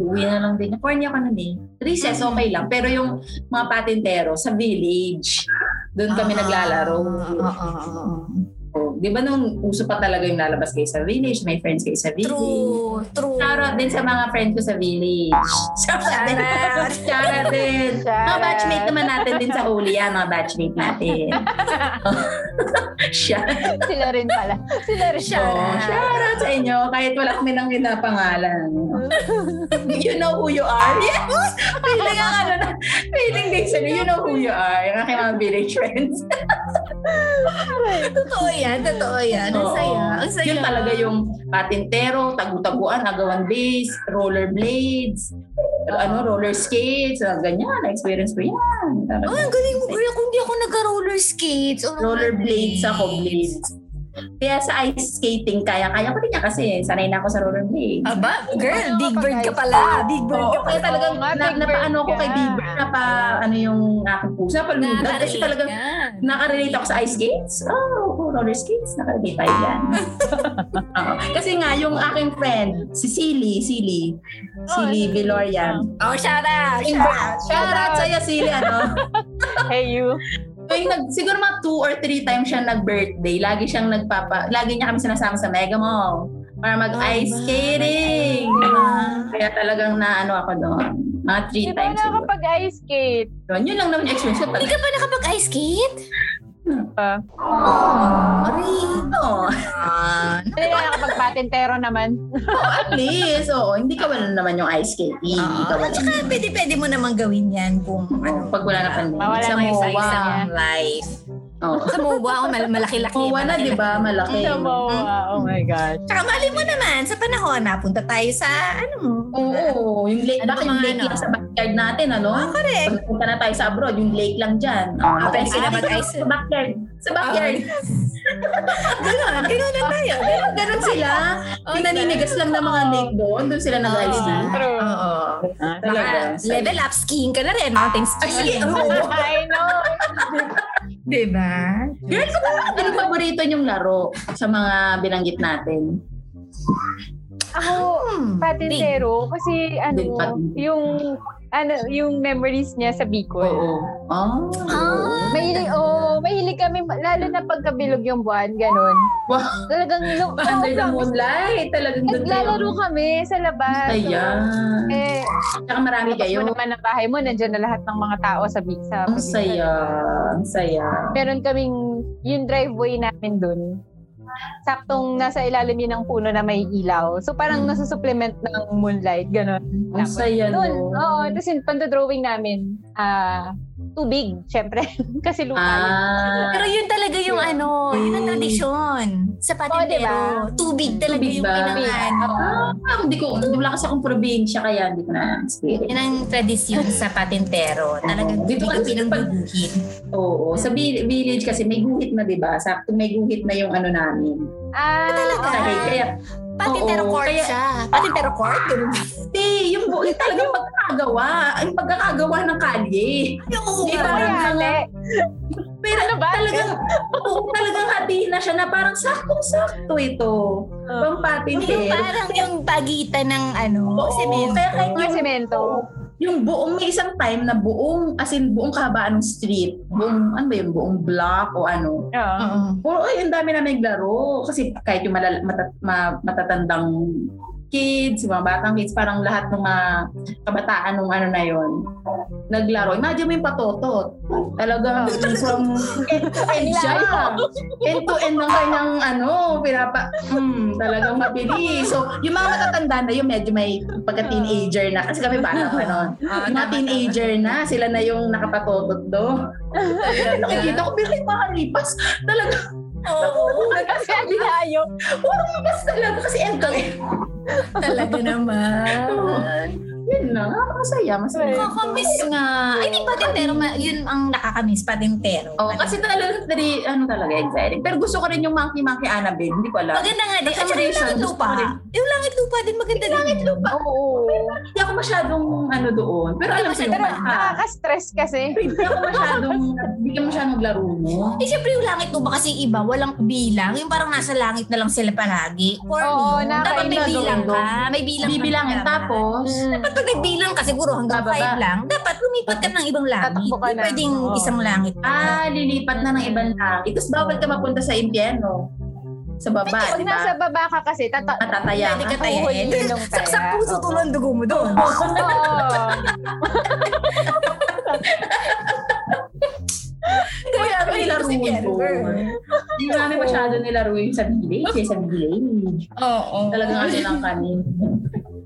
A: uwi na lang din. Corny ako nun eh. Recess okay lang. Pero yung mga patintero sa village, doon kami
B: Ah,
A: naglalaro.
B: Oo, oo, oo.
A: Oh, Di ba nung uso pa talaga yung lalabas kayo sa village, may friends kayo sa village.
B: True, true.
A: Shoutout din sa mga friends ko sa village. Shoutout din.
B: Shoutout.
A: <laughs> Shoutout din. Mga batchmate <laughs> naman natin din sa huli yan, mga batchmate
B: <laughs>
A: natin. Shoutout.
C: Sila rin pala. Sila rin.
B: Oh, Shoutout.
A: Shoutout sa inyo. Kahit wala kami ng
B: <laughs>
A: pinapangalan. you know who you are. Yes! Feeling ang ano na. Feeling din sila. You know who you are. Yung aking mga village friends.
B: Totoo yan, totoo yan. Ang
A: Oo.
B: saya, ang saya.
A: Yun talaga yung patintero, tagu-taguan, agawan base, rollerblades, ano, roller skates, ah, ganyan. Na-experience ko yan.
B: Oh, ang galing mo, girl. Kung di ako nagka-roller skates. Oh,
A: Rollerblades ako, blades. Kaya sa ice skating, kaya-kaya ko din yan kasi sanay na ako sa rollerblades.
B: Aba, girl,
C: Ano
B: big
C: ka,
B: bird
C: guys?
B: ka pala. Big bird
A: Oo,
B: ka pala.
A: kaya talagang
C: Oo nga,
A: na,
C: Big
A: napaano
C: Bird
A: ako kay
C: ka.
A: Big Bird, napa ano yung aking pusa, eh. palundag.
B: Nakarelate
A: Kasi talagang
B: yan.
A: nakarelate ako sa ice skates. Oh, roller skates, nakarelate tayo dyan. Oo. Kasi nga, yung aking friend, si Silly, Silly, Silly Vilorian.
B: Oh, shout out. Shout out.
A: Shout out sa'yo, Silly, ano?
C: <laughs> Hey you.
A: Tuwing nag, siguro mga two or three times siya nag-birthday, lagi siyang nagpapa, lagi niya kami sinasama sa Mega Mall para mag-ice
B: Oh,
A: skating.
B: Ah.
A: Kaya talagagang naano ako doon. Mga three
C: Di ba
A: times
C: na
A: siguro.
C: kapag ice skate?
A: Yun, yun lang naman yung experience ko.
B: Hindi
A: Talaga
B: ka pa nakapag-ice skate?
C: Pa.
A: rito.
B: Ah,
C: Hindi na nakapag patentero naman.
A: At least, oo, hindi ka wala naman yung ice skating. Hindi ka
B: Oo.
A: wala.
B: At saka pwede, pwede ah, mo namang gawin yan kung
A: Oo,
B: ano.
A: pag wala na pandemic.
C: Mawala
A: Sa
C: na yung
A: MOA.
C: isa-isa niya.
B: life.
A: Oo.
B: Sa <laughs> MOA, oh, mal- malaki-laki.
A: MOA na, di ba? Malaki.
C: Samoa. Oh my
B: <laughs>
C: gosh.
B: Tsaka mali mo naman, sa panahon, napunta tayo sa, ano mo?
A: Oo, yung lake,
B: Ano
A: baka yung
B: mga
A: lake
B: ano?
A: lang sa backyard natin, ano?
B: Ah, correct.
A: Pag punta na tayo sa abroad, yung lake lang dyan. Ah,
B: pwede
A: ah,
B: sila
A: dito
B: mag-ice.
A: Sa backyard. Sa backyard.
B: Ganon, ganon na tayo. Ganon,
A: Ganun sila. Yung naninigas lang ng mga lake doon, doon sila nag-ice na.
C: Oo. True.
B: Oo.
C: Ah,
A: Talaga.
B: Baka level up skiing ka na rin, mountain skiing.
C: I know.
B: Diba?
A: Girl, ko ba? Ano paborito niyong laro sa mga binanggit natin?
C: Ako,
B: Hmm.
C: patintero kasi ano
A: Big patintero.
C: yung ano yung memories niya sa Bicol.
A: Oh.
B: Ah.
C: Mahilig, oh, mahilig kami, lalo na pagkabilog yung buwan, ganun.
A: Wow. Ano
C: Talagang, lo,
A: Under the
C: oh,
A: moonlight. Talagang doon
C: naglalaro kami sa labas.
A: Saya.
C: So, eh,
A: Tsaka marami
C: tapos mo
A: kayo.
C: naman ang bahay mo, nandiyan na lahat ng mga tao sa bi- sa
A: Ang
C: probinsya.
A: saya. Ang saya.
C: Meron kaming, yung driveway namin dun, saktong nasa ilalim yun ng puno na may ilaw. So parang
B: Mm.
C: nasusupplement ng moonlight, ganun.
A: Hmm. Ang saya
C: Doon,
A: no.
C: oo. Tapos yung panda-drawing namin, ah, tubig, syempre. <laughs> kasi lupa yun.
A: Ah.
B: Pero yun talaga yung ano, yun ang tradisyon. Sa patintero, tubig
A: Oh,
B: talaga
A: diba? Tubig
B: yung
A: ba?
B: pinangano.
A: Ah, hindi ko, wala kasi akong probinsya kaya hindi ko na experience.
B: Yun ang tradisyon sa patintero. Talagang
A: Dito
B: dito ka
A: kasi pag-
B: pinangguguhin.
A: Oo, sa vi- village kasi may guhit na 'di ba? Sakto may guhit na yung ano namin.
C: Ah,
B: talaga?
A: Sa hay- kaya
B: Pati
A: Oo,
B: terror
A: kaya-
B: siya. Pati terror court. ganun.
A: Hindi, yung buhay talagang pagkakagawa. Ang pagkakagawa ng kalye.
B: Ayoko
A: Di
B: nga.
A: ba?
C: Ay, ate.
A: Pero
C: Ano ba?
A: talagang, oo, talagang hatiin na siya na parang saktong-sakto ito.
B: Yung
A: Pampatindi.
B: parang yung pagitan ng ano,
A: Oo,
B: semento.
A: Kaya kahit
C: Mga
A: yung,
C: semento.
A: yung buong, may isang time na buong, as in buong kahabaan ng street, buong, ano ba yun, buong block o ano,
C: Oo.
B: Oo.
A: Puro, ay, ang dami na naglaro. Kasi kahit yung malala, mata- ma- matatandang kids, yung mga batang kids, parang lahat ng mga kabataan nung ano na yon naglaro. Imagine mo yung patotot. Talagang from
B: <laughs>
A: end-to-end siya. End-to-end ng kanyang ano, pinapa, hmm, talagang mabilis. So, yung mga matatanda na yung medyo may pagka-teenager na. Kasi kami parang ano,
B: <laughs> Ah,
A: yung mga
B: tama,
A: teenager na, sila na yung nakapatotot
B: <laughs>
A: do. Nakikita ko, pero yung mga lipas, talaga
B: tama. Oo,
C: Kasi ang layo.
A: Purong labas talaga kasi end to end.
B: talaga naman.
A: Yun na, masaya, masaya.
B: Nakakamiss nga. Ay, di patintero. ma- Yun ang nakakamiss, patintero.
A: Oh, kasi talaga, dari, ano talaga, exciting. Pero gusto ko rin yung Monkey Monkey Annabelle, hindi ko alam.
B: Maganda nga din. At saka yung
A: Recommendation,
B: langit
A: gusto
B: lupa.
A: ko rin.
B: Yung langit lupa din maganda din. Langit lupa.
C: Oo.
A: Hindi ako masyadong ano doon. Pero alam ko
B: Kasi
A: yung
C: Pero
B: ah,
A: kanta.
C: nakaka-stress kasi.
A: Hindi ako masyadong, hindi ka masyadong maglaro mo.
B: Eh, syempre yung langit lupa kasi yung iba, walang bilang. Yung parang nasa langit na lang sila palagi. Or
C: Oo,
B: yun. Dapat may
A: nakakainis.
B: bilang ka. May bilang ka.
A: Bibilangin,
B: Dapat.
A: tapos,
B: Dapat pag nagbilang ka, siguro hanggang
A: Bababa.
B: 5 lang, dapat lumipat ka ng ibang langit.
C: Tatakbo ka
B: Hindi
C: na.
B: pwedeng
C: Oo.
B: isang langit.
A: ah, lilipat na ng ibang langit. Tapos bawal ka mapunta sa impyerno. Sa baba,
C: Pag
A: di
C: nasa
A: ba?
C: baba ka kasi, tata-
A: Matataya
B: Pwede
A: ka.
B: ka tayahin.
C: Huhuli din yung taya.
B: Saksak puso
C: Oo.
B: tulo ang dugo mo doon. <laughs>
C: <laughs> Oo.
A: Kaya may laro
B: Si Jennifer.
A: doon. Hindi namin masyado nilaro yung sa village, eh, sa village.
B: Oo.
A: Talagang ano
B: <laughs>
A: lang kami.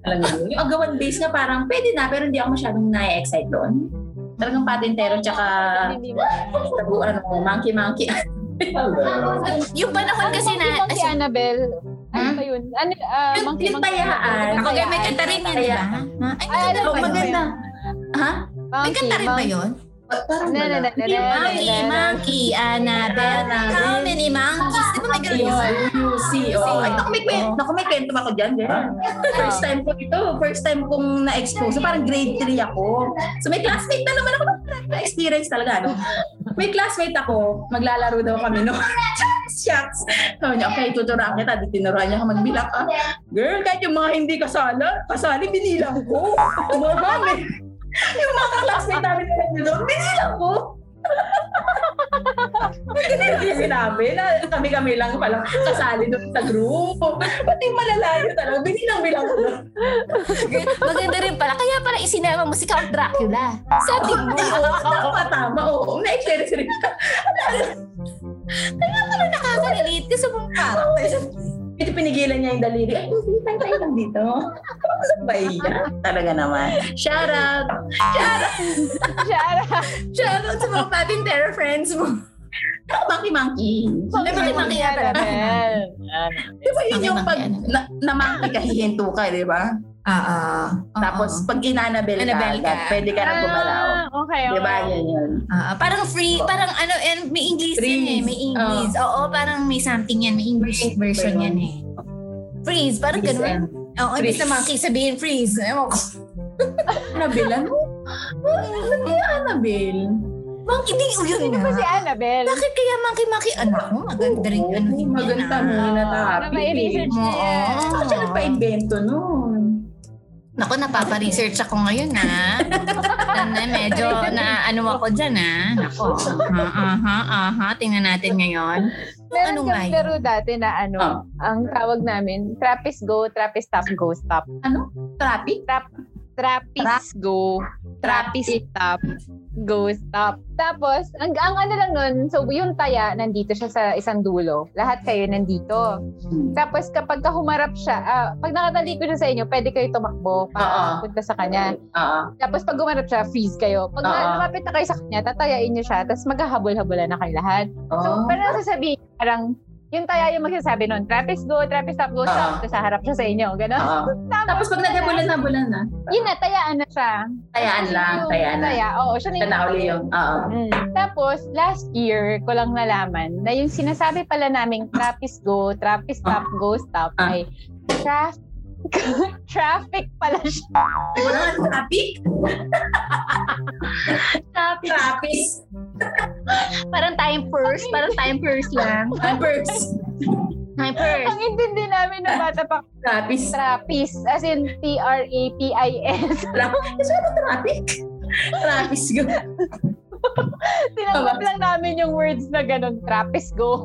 A: Talagang yun. Yung agawan base nga parang pwede na pero hindi ako masyadong na-excite doon. Talagang patintero tsaka tabu ano, monkey monkey.
B: Yung panahon kasi na...
C: Monkey, Monkey Annabelle. Ano
A: Hmm?
C: ba yun? Ano, ah,
A: Yung-
C: monkey,
A: yung
C: monkey,
A: tayaan.
C: Annabelle.
B: Ako may kanta rin yun, di ba? Ay,
C: Ay, ano
A: <laughs>
B: maganda ba yun?
C: ba yun?
A: Maganda. Ha?
B: May kanta rin ba yun?
A: Parang
B: Ano,
C: Na, na, na, na, na,
B: Monkey,
C: na, na.
B: monkey, Annabelle. How many monkeys? Di ba may ganun yun?
A: UC. Oh. Ah. Ay, naku, may kwento. Naku, may kwento ako dyan. girl. First time ko ito. First time kong na-expose. So, parang grade 3 ako. So, may classmate na naman ako. Na-experience talaga, no? May classmate ako. Maglalaro daw kami, no? <laughs> Shucks! Sabi niya, okay, tuturuan kita. Di tinuruan niya ako magbilang. Ah, girl, kahit yung mga hindi kasala, kasali, binilang ko. <laughs> Umamami. yung mga classmate namin na nandun, binilang ko. Hindi lang niya sinabi na kami-kami lang pala kasali doon sa group. Pati yung malalayo talaga, binilang-bilang ko.
B: Maganda rin pala. Kaya pala isinama mo si Count Dracula. Sabi <laughs> mo.
A: Tama, tama. Oo, na-experience rin.
B: Nakaka-relate ka sa mga characters.
A: Ito pinigilan niya yung daliri. Ay, hindi, tayo lang dito. Ano Ba yan? <laughs> Talaga naman. Shout out!
C: Shara.
B: Shout out sa mga pating terror friends mo.
A: Monkey Monkey.
B: Monkey,
A: Diba,
B: monkey.
C: Annabelle.
A: Diba yun yung
B: Monkey,
A: pag
B: monkey,
A: na, na monkey ka, hihinto ka, di ba?
B: Oo. Ah,
A: Tapos pag inanabel ka,
B: Annabelle ka.
A: agad, pwede ka na gumalaw.
C: Ah, okay,
A: Di ba?
C: okay.
A: Yan yun.
B: Ah, ah, parang free, parang ano, and may English
A: Freeze.
B: yan eh, may English. Oo, parang may something yan, may English
A: Freeze
B: version
A: ba yun?
B: yan eh. Freeze, parang
A: Please,
B: ganun.
A: and-
B: Oo, hindi
A: freeze.
B: sa monkey sabihin freeze. Ewan ko.
A: Annabelle, ano? Ano kaya Annabelle?
B: Monkey, hindi, oh, yun
C: Sino ba si
B: na.
C: Annabelle?
B: Bakit kaya monkey, monkey, ano? Maganda rin, ano din yan,
A: Maganda
B: ah.
A: mo na
C: Para
A: topic.
C: ma-research
B: Oo.
C: niya yan.
A: Saan siya nagpa-invento nun?
B: Naku, napaparesearch ako ngayon na. na medyo na ano ako dyan ah.
C: <laughs>
B: Naku. Aha, aha, aha. Tingnan natin ngayon. Kung ano
C: Meron
B: nga
C: kami
B: yun.
C: laro dati na ano,
B: Oh.
A: Ah.
C: ang tawag namin, Trappist Go, Trappist Stop, Go Stop.
A: Traffic?
C: Trappist Go, Trappist Stop, Go Stop. Tapos, ang, ang ano lang nun, so yung taya, nandito siya sa isang dulo. Lahat kayo nandito. Tapos kapag ka humarap siya, ah, pag nakatalikod siya sa inyo, pwede kayo tumakbo
A: Ah, ah.
C: para punta sa kanya.
A: Oo.
C: Tapos pag gumarap siya, freeze kayo. Pag
A: Ah, ah.
C: lumapit na kayo sa kanya, tatayain niyo siya, tapos maghahabol-habolan na kayo lahat. So,
A: Oo.
C: parang sasabihin, parang, yung tayo yung magsasabi nun, Trappist go, Trappist stop, go
A: Ah.
C: stop, tapos haharap siya sa inyo, gano'n.
A: Oo. Tapos pag naghabulan na bulan na,
C: Yun na, tayaan na siya.
A: tayaan lang,
C: Yung
A: tayaan na.
C: Taya, oo, siya na
A: Siya na uli yung, oo.
C: Mm. Tapos, last year ko lang nalaman na yung sinasabi pala naming Trappist go, Trappist stop, go stop,
A: Ah.
C: ay Traffic. <laughs> traffic pala siya.
A: Walang topic.
B: Traffic.
A: Tapis.
B: Parang time first. Parang time first lang.
A: Tapers.
B: Time first.
C: Ang intindi namin ng bata pa,
A: Tapis.
C: trapis. As in, T-R-A-P-I-S.
A: Kasi ano traffic? Trapis ko.
C: <laughs> Tinanggap lang namin yung words na ganun, trapis go.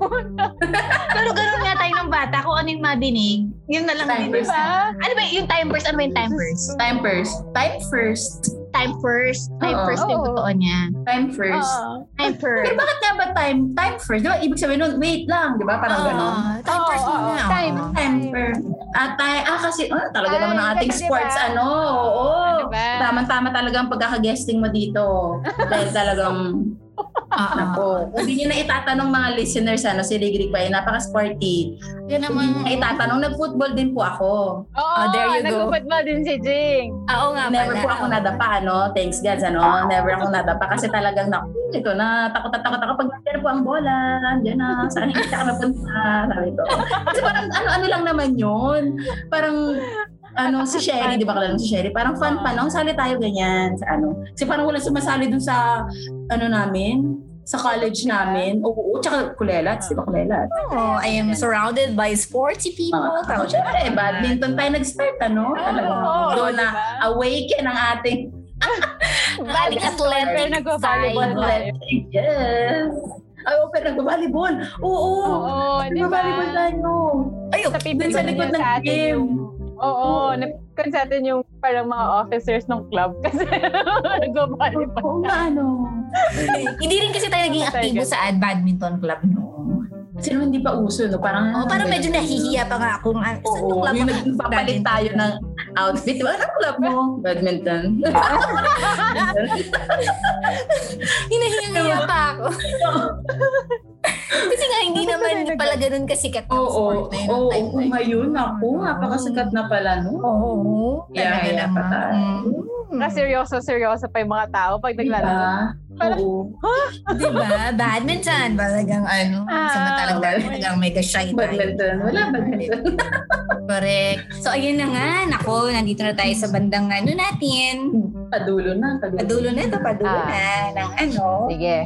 C: <laughs>
B: Pero ganun nga tayo ng bata. Kung ano yung madinig, yun na lang.
A: Time
B: din.
C: Di ba?
B: Ano ba yung time first? Ano ba yung time first?
A: Time first. Time first.
B: Time first. Time
A: Oo.
B: first yung
C: Oo.
B: totoo niya.
A: Time first.
C: Oo.
B: Time first.
A: Pero bakit nga ba time? Time first. Di ba? Ibig sabihin nun, wait lang. Di ba? Parang ganun.
B: Oo, Time first
C: Oo,
B: yun
C: oo,
B: nga.
C: time.
B: oo.
A: Time first. At tayo, ah kasi, ah, talaga
C: Ay,
A: naman ang ating
C: kasi
A: sports,
C: diba?
A: ano, oo.
C: Diba?
A: Tama-tama talaga ang pagkakaguesting mo dito. Dahil talagang,
B: Oo.
A: nako. Kung Hindi nyo na itatanong mga listeners, ano, si Ligrig Bay, napaka-sporty.
B: Yun
A: Kung
B: naman.
A: Hindi nyo na itatanong, nag-football din po ako.
C: Oo,
B: Oh, there you go.
C: nag-football Ah, din si Jing.
B: Oo nga
A: Never
B: pala.
A: po ako nadapa, ano? Thanks God, ano? Never ako nadapa kasi talagang na, "Hmm, ito na, takot na takot ako. Pag nandiyan na po ang bola, nandiyan na,
C: <laughs>
A: saan hindi ka napunta, sabi ko. Kasi parang ano-ano lang naman yun. Parang, ano, si Sherry, di ba kalala mo si Sherry? Parang fun pa, no? Sali tayo ganyan sa ano. Kasi parang walang sumasali dun sa, ano namin, sa college namin. Oo, tsaka kulelats, di ba kulelats?
B: Oh, I am surrounded by sporty people.
A: Oo, uh,
B: Tawag na.
A: syempre, badminton tayo nag-start, ano? Talaga.
C: Ah, Oo,
A: Doon
C: di
A: na,
C: ba?
A: awaken ang ating
B: Balik
C: Pero
B: athletic
C: nag-volleyball
B: side.
C: tayo.
A: Yes. Ay, oh, pero nagbabalibol. Oo.
C: Oo, diba? di ba?
A: Nagbabalibol tayo. Ay,
C: Sa
A: dun sa
C: pipigil
A: likod ng
C: sa atin
A: gym.
C: yung Oo, napikon sa atin yung parang mga officers ng club <laughs> kasi nag-volleyball.
A: Oo nga, ano.
B: Hindi rin kasi tayo naging aktibo sa ad- badminton club noon.
A: Kasi naman hindi pa uso, no? Parang,
B: Oh, parang medyo nahihiya pa nga ako. nga, Saan
A: Oo,
B: yung club?
A: yung
B: ako?
A: nagpapalit tayo ng outfit. Diba, anong club mo?
B: <laughs>
A: Badminton.
B: Hinahiya pa ako. <laughs> kasi nga, hindi
C: Bakit
B: naman
C: tayo nag-
B: pala ganun kasikat ng
A: Oo,
B: sport
A: oo,
B: na yun.
A: oo.
B: Time-
A: Kung ngayon, ako, napakasikat na pala, no?
B: Oo,
A: Yeah,
B: talaga
A: yeah,
B: naman.
A: patay.
B: Mm.
C: Kasi seryoso, seryoso pa yung mga tao pag naglalaro.
A: Diba? Oo.
B: Diba? Badminton, talagang ano,
C: Ah,
B: sa matalang dami,
C: okay.
B: talagang mega shy tayo.
A: Badminton. Wala,
B: <laughs>
A: badminton.
B: Correct. So, ayun na nga. Nako, nandito na tayo sa bandang ano natin.
A: Padulo na, padulo.
B: Padulo na ito, padulo
C: Ah.
B: na ng ano.
C: Sige.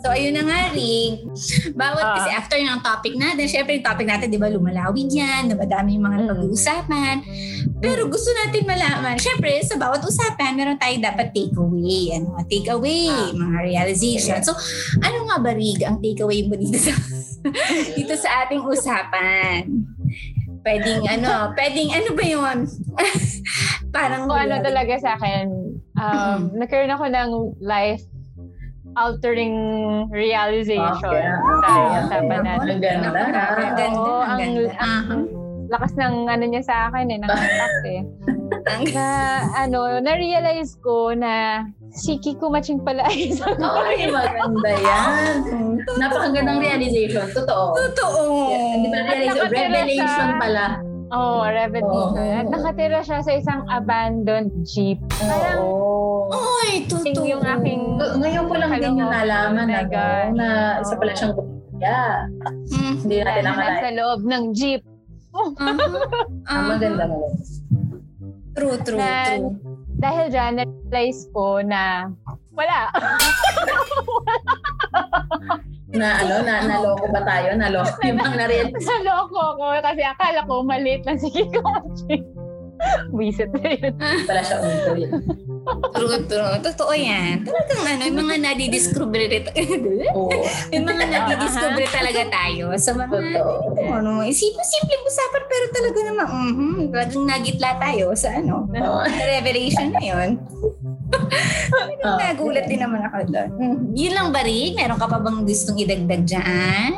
B: So, ayun na nga, Ring. <laughs> Bawat
C: Ah.
B: kasi after ng topic natin, syempre yung topic natin, di ba, lumalawig yan, namadami yung mga
C: Mm.
B: napag-uusapan. Pero gusto natin malaman, syempre, sa bawat usapan, meron tayong dapat takeaway. Ano, takeaway,
C: Ah.
B: mga realization. So, ano nga ba, Rig, ang takeaway mo dito sa, <laughs> dito sa ating usapan? Pwedeng ano, pwedeng ano ba yun? <laughs> Parang
C: Kung ano talaga sa akin,
B: Mm-hmm.
C: um, nagkaroon ako ng life altering realization
A: Ah, Okay.
B: Ah,
C: sa
A: Okay.
C: usapan natin.
A: Ang ganda.
B: Ang ganda,
C: Oo,
B: ang
C: ang-
B: ganda.
C: ang-
B: Aha.
C: Lakas ng ano niya sa akin
B: <laughs>
C: eh, ng impact eh.
B: Ang
C: Na ano, na-realize ko na si Kiko Maching pala ay isang
B: <laughs>
A: Ay, maganda yan. Napakagandang realization. Totoo.
B: Totoo.
A: Hindi ba realization?
C: At nakatira
A: Revelation
C: siya.
A: pala.
C: Oh, revenue.
A: Oo.
C: At nakatira siya sa isang abandoned jeep. Parang
A: Oo.
B: Oy, totoo.
C: yung aking...
A: Ngayon ko lang din yung nalaman
C: Oh my
A: na,
C: God.
A: na isa pala siyang yeah.
B: Mm.
A: Hindi natin nakalain.
C: Sa loob ng jeep.
B: Aha.
A: Ah, maganda mo.
B: Uh-huh. True, true,
C: Na-
B: true.
C: Dahil dyan, na-realize ko na wala. <laughs>
A: Na ano, na naloko ba tayo?
C: <laughs>
A: Naloko yung bang na-realize.
C: Naloko ko kasi akala ko maliit lang si Kiko <laughs> Maching. Wisit na yun.
A: Pala siya oh, untoy.
B: True, true. Totoo yan. Talagang ano, yung mga nadidiscover rin.
A: Oo.
B: <laughs> yung mga nadidiscover talaga tayo sa mga
A: Totoo.
B: ano, isipin simpleng usapan pero talaga naman, mhm, talagang nagitla tayo sa ano,
A: Oo.
B: sa revelation na yun. <laughs> Talagang
A: Oo.
B: Nagulat din naman ako doon. Mm. Yun lang ba rin? Meron ka pa bang gustong idagdag dyan?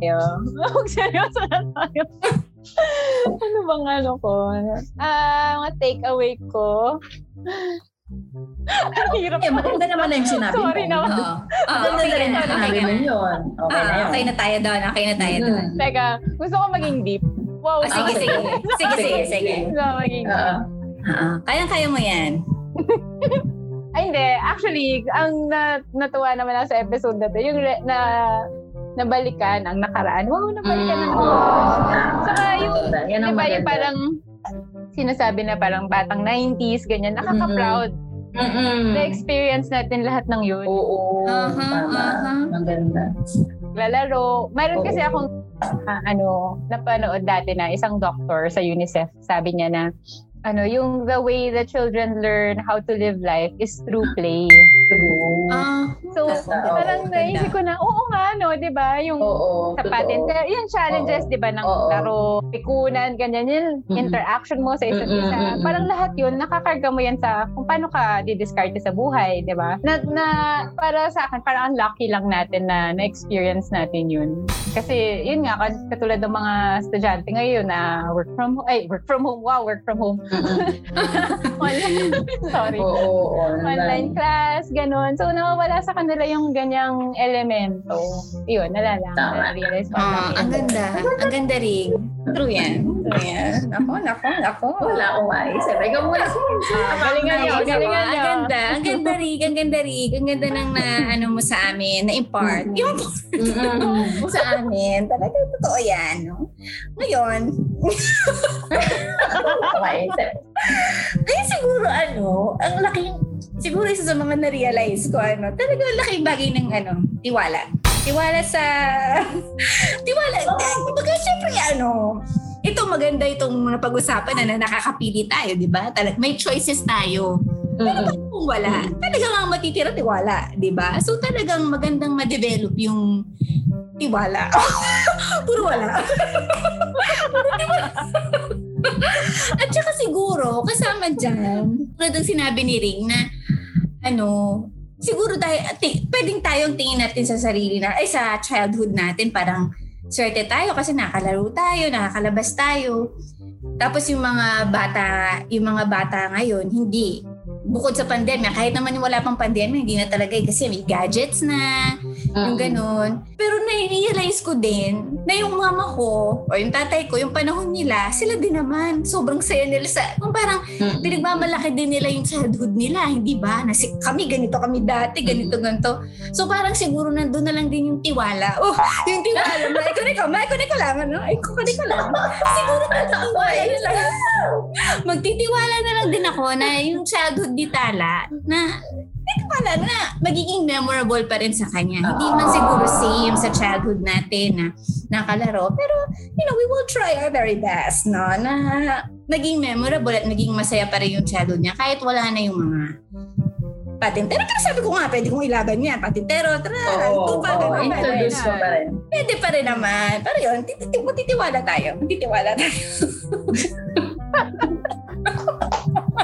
C: <laughs> Huwag seryoso na tayo. <laughs> ano bang ano ko? Ah, mga takeaway ko. <laughs> Ang hirap.
A: Eh, maganda naman na yung sinabi
C: Sorry
A: mo.
C: na.
B: Oo. Oo,
A: Maganda na
B: Ah,
A: rin
B: okay na,
A: yung
B: okay
A: sinabi
B: na.
A: mo yun. Okay na
B: Ah,
A: yun.
B: okay na tayo doon. Okay na tayo doon.
A: Mm.
C: Teka, gusto ko maging deep. Wow.
B: Ah, sige, sige. Sige, sige, sige.
C: <laughs> Gusto ko maging deep.
A: Oo.
B: Ah, Kayang-kaya mo yan.
C: Ah, Ay, hindi. Actually, ang na, natuwa naman ako sa episode na to, yung re- na nabalikan ang nakaraan. Wow, nabalikan ang
A: Mm.
C: oras. Saka yung,
A: Yan
C: di
A: ang
C: ba yung
A: maganda.
C: parang sinasabi na parang batang 90s, ganyan, nakaka-proud.
A: Mm-mm.
C: Na-experience natin lahat ng yun.
A: Mm. Oo,
B: Aha,
A: tama.
B: aha.
A: Ang ganda.
C: Lalaro. Meron
A: Oo.
C: kasi akong ah, ano, napanood dati na isang doctor sa UNICEF, sabi niya na ano, yung the way that children learn how to live life is through play.
A: True.
B: Ah,
C: So,
A: Ganda, oo.
C: parang naisip ko na, oo nga, no, di ba? Yung
A: Oo,
C: sa
A: totoo.
C: patent. Pero yung challenges,
A: Oo.
C: di ba, ng
A: Oo.
C: laro, pikunan, ganyan, yung
A: Mm-mm.
C: interaction mo sa isa't
A: Mm-mm,
C: isa.
A: mm-mm.
C: Parang lahat yun, nakakarga mo yan sa kung paano ka didiscard sa buhay, di ba? Na, na, para sa akin, parang ang lucky lang natin na na-experience natin yun. Kasi, yun nga, kat- katulad ng mga estudyante ngayon na work from home, ay, work from home, wow, work from home. <laughs>
A: <laughs>
C: Online, sorry.
A: Oo, oo,
C: Online class, ganun. So, nawawala sa kanila yung ganyang elemento. Yun, nalala.
A: Tama.
C: Na-realize ko.
B: ah, ang ganda. Ang ganda rin. True yan. True yan. Nako, nako, nako.
A: Wala akong maisip. Ikaw muna.
B: Ah,
C: Galingan niyo,
B: nice.
C: galingan
B: Ah,
C: niyo.
B: Ang ganda, ang ganda rin, ang ganda rin. Ang ganda ng na, ano mo sa amin, na impart.
A: Mhm.
B: Yung sa amin, talaga totoo yan. No? Ngayon,
A: Maisip.
B: ay siguro ano, ang laking, siguro isa sa mga na-realize ko, ano, talaga ang laking bagay ng ano, tiwala. Tiwala sa, <laughs> tiwala, oh. kumbaga syempre ano, ito maganda itong napag-usapan na, na nakakapili tayo, di ba? Talag, may choices tayo.
A: Mm-mm.
B: kung wala, talagang ang matitira tiwala, di ba? So talagang magandang ma-develop yung tiwala. <laughs> Puro wala. <laughs> Puro tiwala. At saka siguro, kasama dyan, tulad ng sinabi ni Ring na, ano, siguro tayo, ti- pwedeng tayong tingin natin sa sarili na, ay sa childhood natin, parang swerte tayo kasi nakalaro tayo, nakakalabas tayo. Tapos yung mga bata, yung mga bata ngayon, hindi bukod sa pandemya, kahit naman yung wala pang pandemya, hindi na talaga eh, kasi may gadgets na,
A: Mm.
B: yung ganun. Pero nai-realize ko din na yung mama ko o yung tatay ko, yung panahon nila, sila din naman. Sobrang saya nila sa, kung parang
A: Mm-mm.
B: pinagmamalaki din nila yung childhood nila, hindi ba? Na si, kami ganito, kami dati, ganito, ganito. So parang siguro nandun na lang din yung tiwala. Oh, yung tiwala mo, ikaw na ikaw, ma, ikaw na ikaw lang, ano? Ikaw na ikaw lang. Siguro magtitiwala na lang. magtitiwala na lang din ako na yung childhood ni Tala na nagtiwala na magiging memorable pa rin sa kanya. Hindi man siguro same sa childhood natin na nakalaro. Pero, you know, we will try our very best, no? Na naging memorable at naging masaya pa rin yung childhood niya kahit wala na yung mga patintero. Pero sabi ko nga, pwede kong ilaban yan. Patintero, tara,
A: Oo,
B: tupa,
A: oo.
B: ganun, pwede.
A: Introduce mo pa rin.
B: Pwede pa rin naman. Pero yun, titi- magtitiwala tayo. Magtitiwala tayo.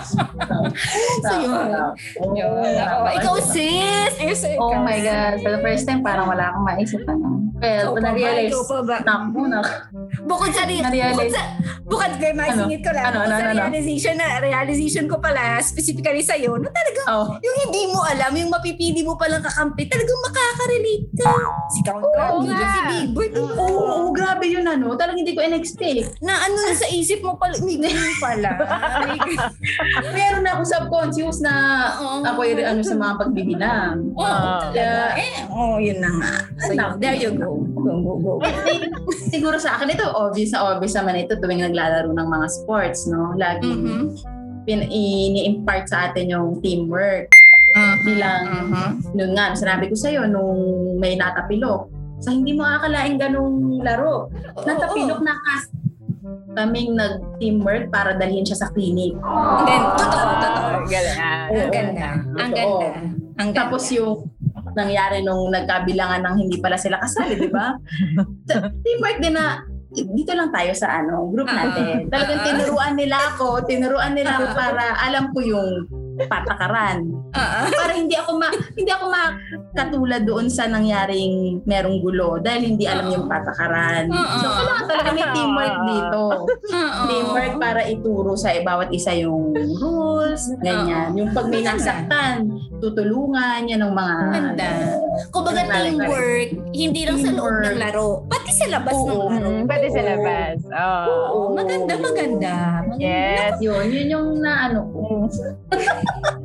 B: So, yun.
A: Yun.
B: Ako, ikaw sis! Yes,
A: Oh
B: ikaw,
A: my God. For the first time, parang wala akong maisip. Ano. Well,
B: Ikaw pa ba?
A: na-realize.
B: Ikaw pa ba?
A: Naku, naku.
B: Bukod sa, re-
A: Na-realize.
B: bukod sa, bukod kay masingit ko lang,
A: Ano?
B: bukod
A: Ano?
B: sa
A: Ano? Ano?
B: realization na, realization ko pala, specifically sa'yo, no, talaga,
A: <laughs> Oh.
B: yung hindi mo alam, yung mapipili mo palang kakampi, talagang makaka-relate ka. Si Count
C: Oo
B: Count,
C: nga.
B: si Big Boy, di ba?
A: Oo, oo, grabe yun ano. Talagang hindi ko in-expect.
B: na ano yun sa isip mo pala, may ganun
A: <laughs>
B: pala. May ganun.
A: Meron na ako subconscious na
B: Oo.
A: ako yung ano sa mga pagbibilang.
B: Oo, talaga.
A: Kaya-
B: Eh, oh, yun na nga. So, yun, there you go. Go, go, go.
A: Siguro sa akin ito, obvious na obvious naman ito tuwing naglalaro ng mga sports, no? Lagi
B: Mhm.
A: pin- ini-impart sa atin yung teamwork.
B: Mhm.
A: Bilang,
B: Mhm.
A: Noon nga, sinabi ko sa'yo nung may natapilok. Sa hindi mo akalaing ganong laro. Natapilok na kas kaming nag-teamwork para dalhin siya sa clinic.
B: And then, totoo,
C: <laughs>
B: totoo.
C: Galingan.
B: Ang ganda. Ang
A: Totoo.
B: ganda. Ang ganda.
A: Tapos yung nangyari nung nagkabilangan ng hindi pala sila kasali, di ba? Sa- Teamwork din na dito lang tayo sa ano, group
B: Ah.
A: natin. Talagang
B: Ah.
A: tinuruan nila ako, tinuruan nila ako
B: Ah.
A: para alam ko yung patakaran.
B: Oo.
A: Para hindi ako ma hindi ako makatulad doon sa nangyaring merong gulo dahil hindi alam
B: Ah.
A: yung patakaran.
B: Ah.
A: So kailangan talaga may teamwork dito.
B: Oo.
A: Teamwork
B: Ah.
A: para ituro sa bawat isa yung rules, ganyan. Yung pag may
B: Ganda.
A: nasaktan, tutulungan, yan ang mga...
B: Ganda. Kumbaga
A: Correct, correct.
B: teamwork, hindi lang sa loob
A: Teamwork.
B: ng laro, pati sa labas
A: Oo.
B: ng laro.
C: Mm, Pwede sa labas. Oo.
A: Oo.
B: Maganda, maganda. Maganda.
C: Yes.
B: <laughs>
A: Yun, yun yung na ano ko.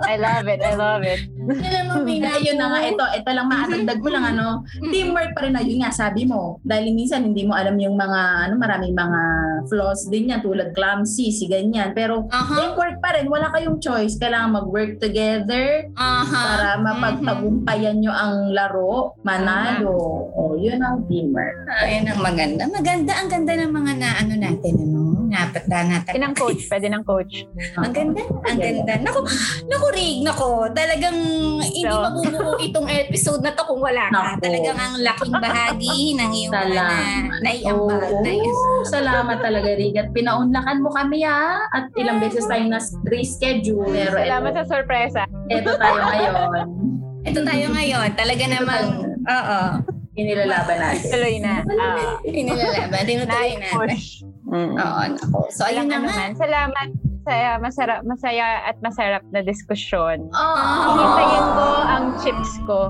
C: I love it. I love it.
A: Alam mo, Mina, yun na nga. Ito, ito lang, maatagdag ko lang, ano.
B: Mm-hmm.
A: Teamwork pa rin na, yun nga, sabi mo. Dahil minsan, hindi mo alam yung mga, ano, maraming mga flaws din yan, tulad clumsy, si ganyan. Pero,
B: Aha.
A: teamwork pa rin, wala kayong choice. Kailangan mag-work together
B: Aha.
A: para mapagtagumpayan nyo ang laro, manalo. O, yun ang teamwork.
B: Ayan ang maganda. Maganda, ang ganda ng mga na ano natin, ano? Napat na natin.
C: Yan ang coach. Pwede ng coach.
A: Oh.
B: Ang ganda, ang ganda. Naku, naku Rig, naku. Talagang hindi
C: So-
B: mabubuo itong episode na to kung wala ka.
A: Naku.
B: Talagang ang laking bahagi ng iyong mga
A: Salamat.
B: na, naiambag
A: Oh, Oo.
B: na yun.
A: Salamat talaga, Rig. At pinaunlakan mo kami, ha? At ilang beses tayong nas reschedule. Pero
C: Salamat sa sorpresa.
A: Ito tayo ngayon.
B: Ito tayo ngayon. Talaga namang, oo.
A: Inilalaban natin.
C: Tuloy na. Ah.
B: Inilalaban. Tinutuloy natin. <laughs>
C: push. Mm.
B: Oo, naku. So, ayun na nga.
C: naman. ano Salamat sa masarap, masaya at masarap na diskusyon.
B: Ah.
A: Oh,
C: Hintayin ko ang chips ko.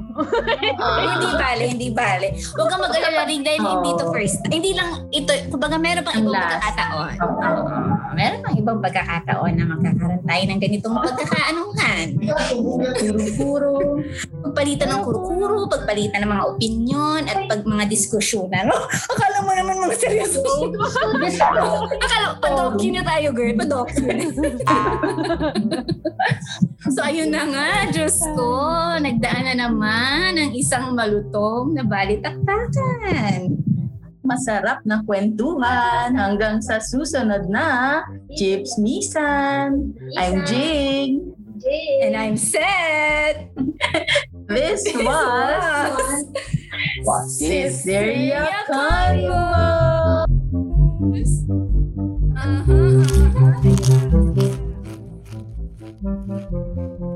B: hindi bale, hindi bale. Huwag kang mag-alala rin dahil
A: Oo.
B: hindi to first. Hindi lang ito, kumbaga meron pang
A: Ang
B: ibang
A: last.
B: pagkakataon.
A: Oo.
B: Oo. meron pang ibang pagkakataon na magkakaroon tayo ng ganitong pagkakaanuhan.
A: Puro-puro.
B: Pagpalitan ng kuro-kuro, pagpalitan ng mga opinion, at pag mga diskusyonan. Oh, akala mo naman mga seryoso. akala, pa-docu na tayo, girl. Pa-docu na. so, ayun na nga. Diyos ko, nagdaan na naman ang isang malutong na balitaktakan.
A: Masarap na kwentuhan hanggang sa susunod na Chips Misan. I'm Jing.
B: And I'm set.
A: This was Sisteria Convo.
B: Uh-huh, uh-huh.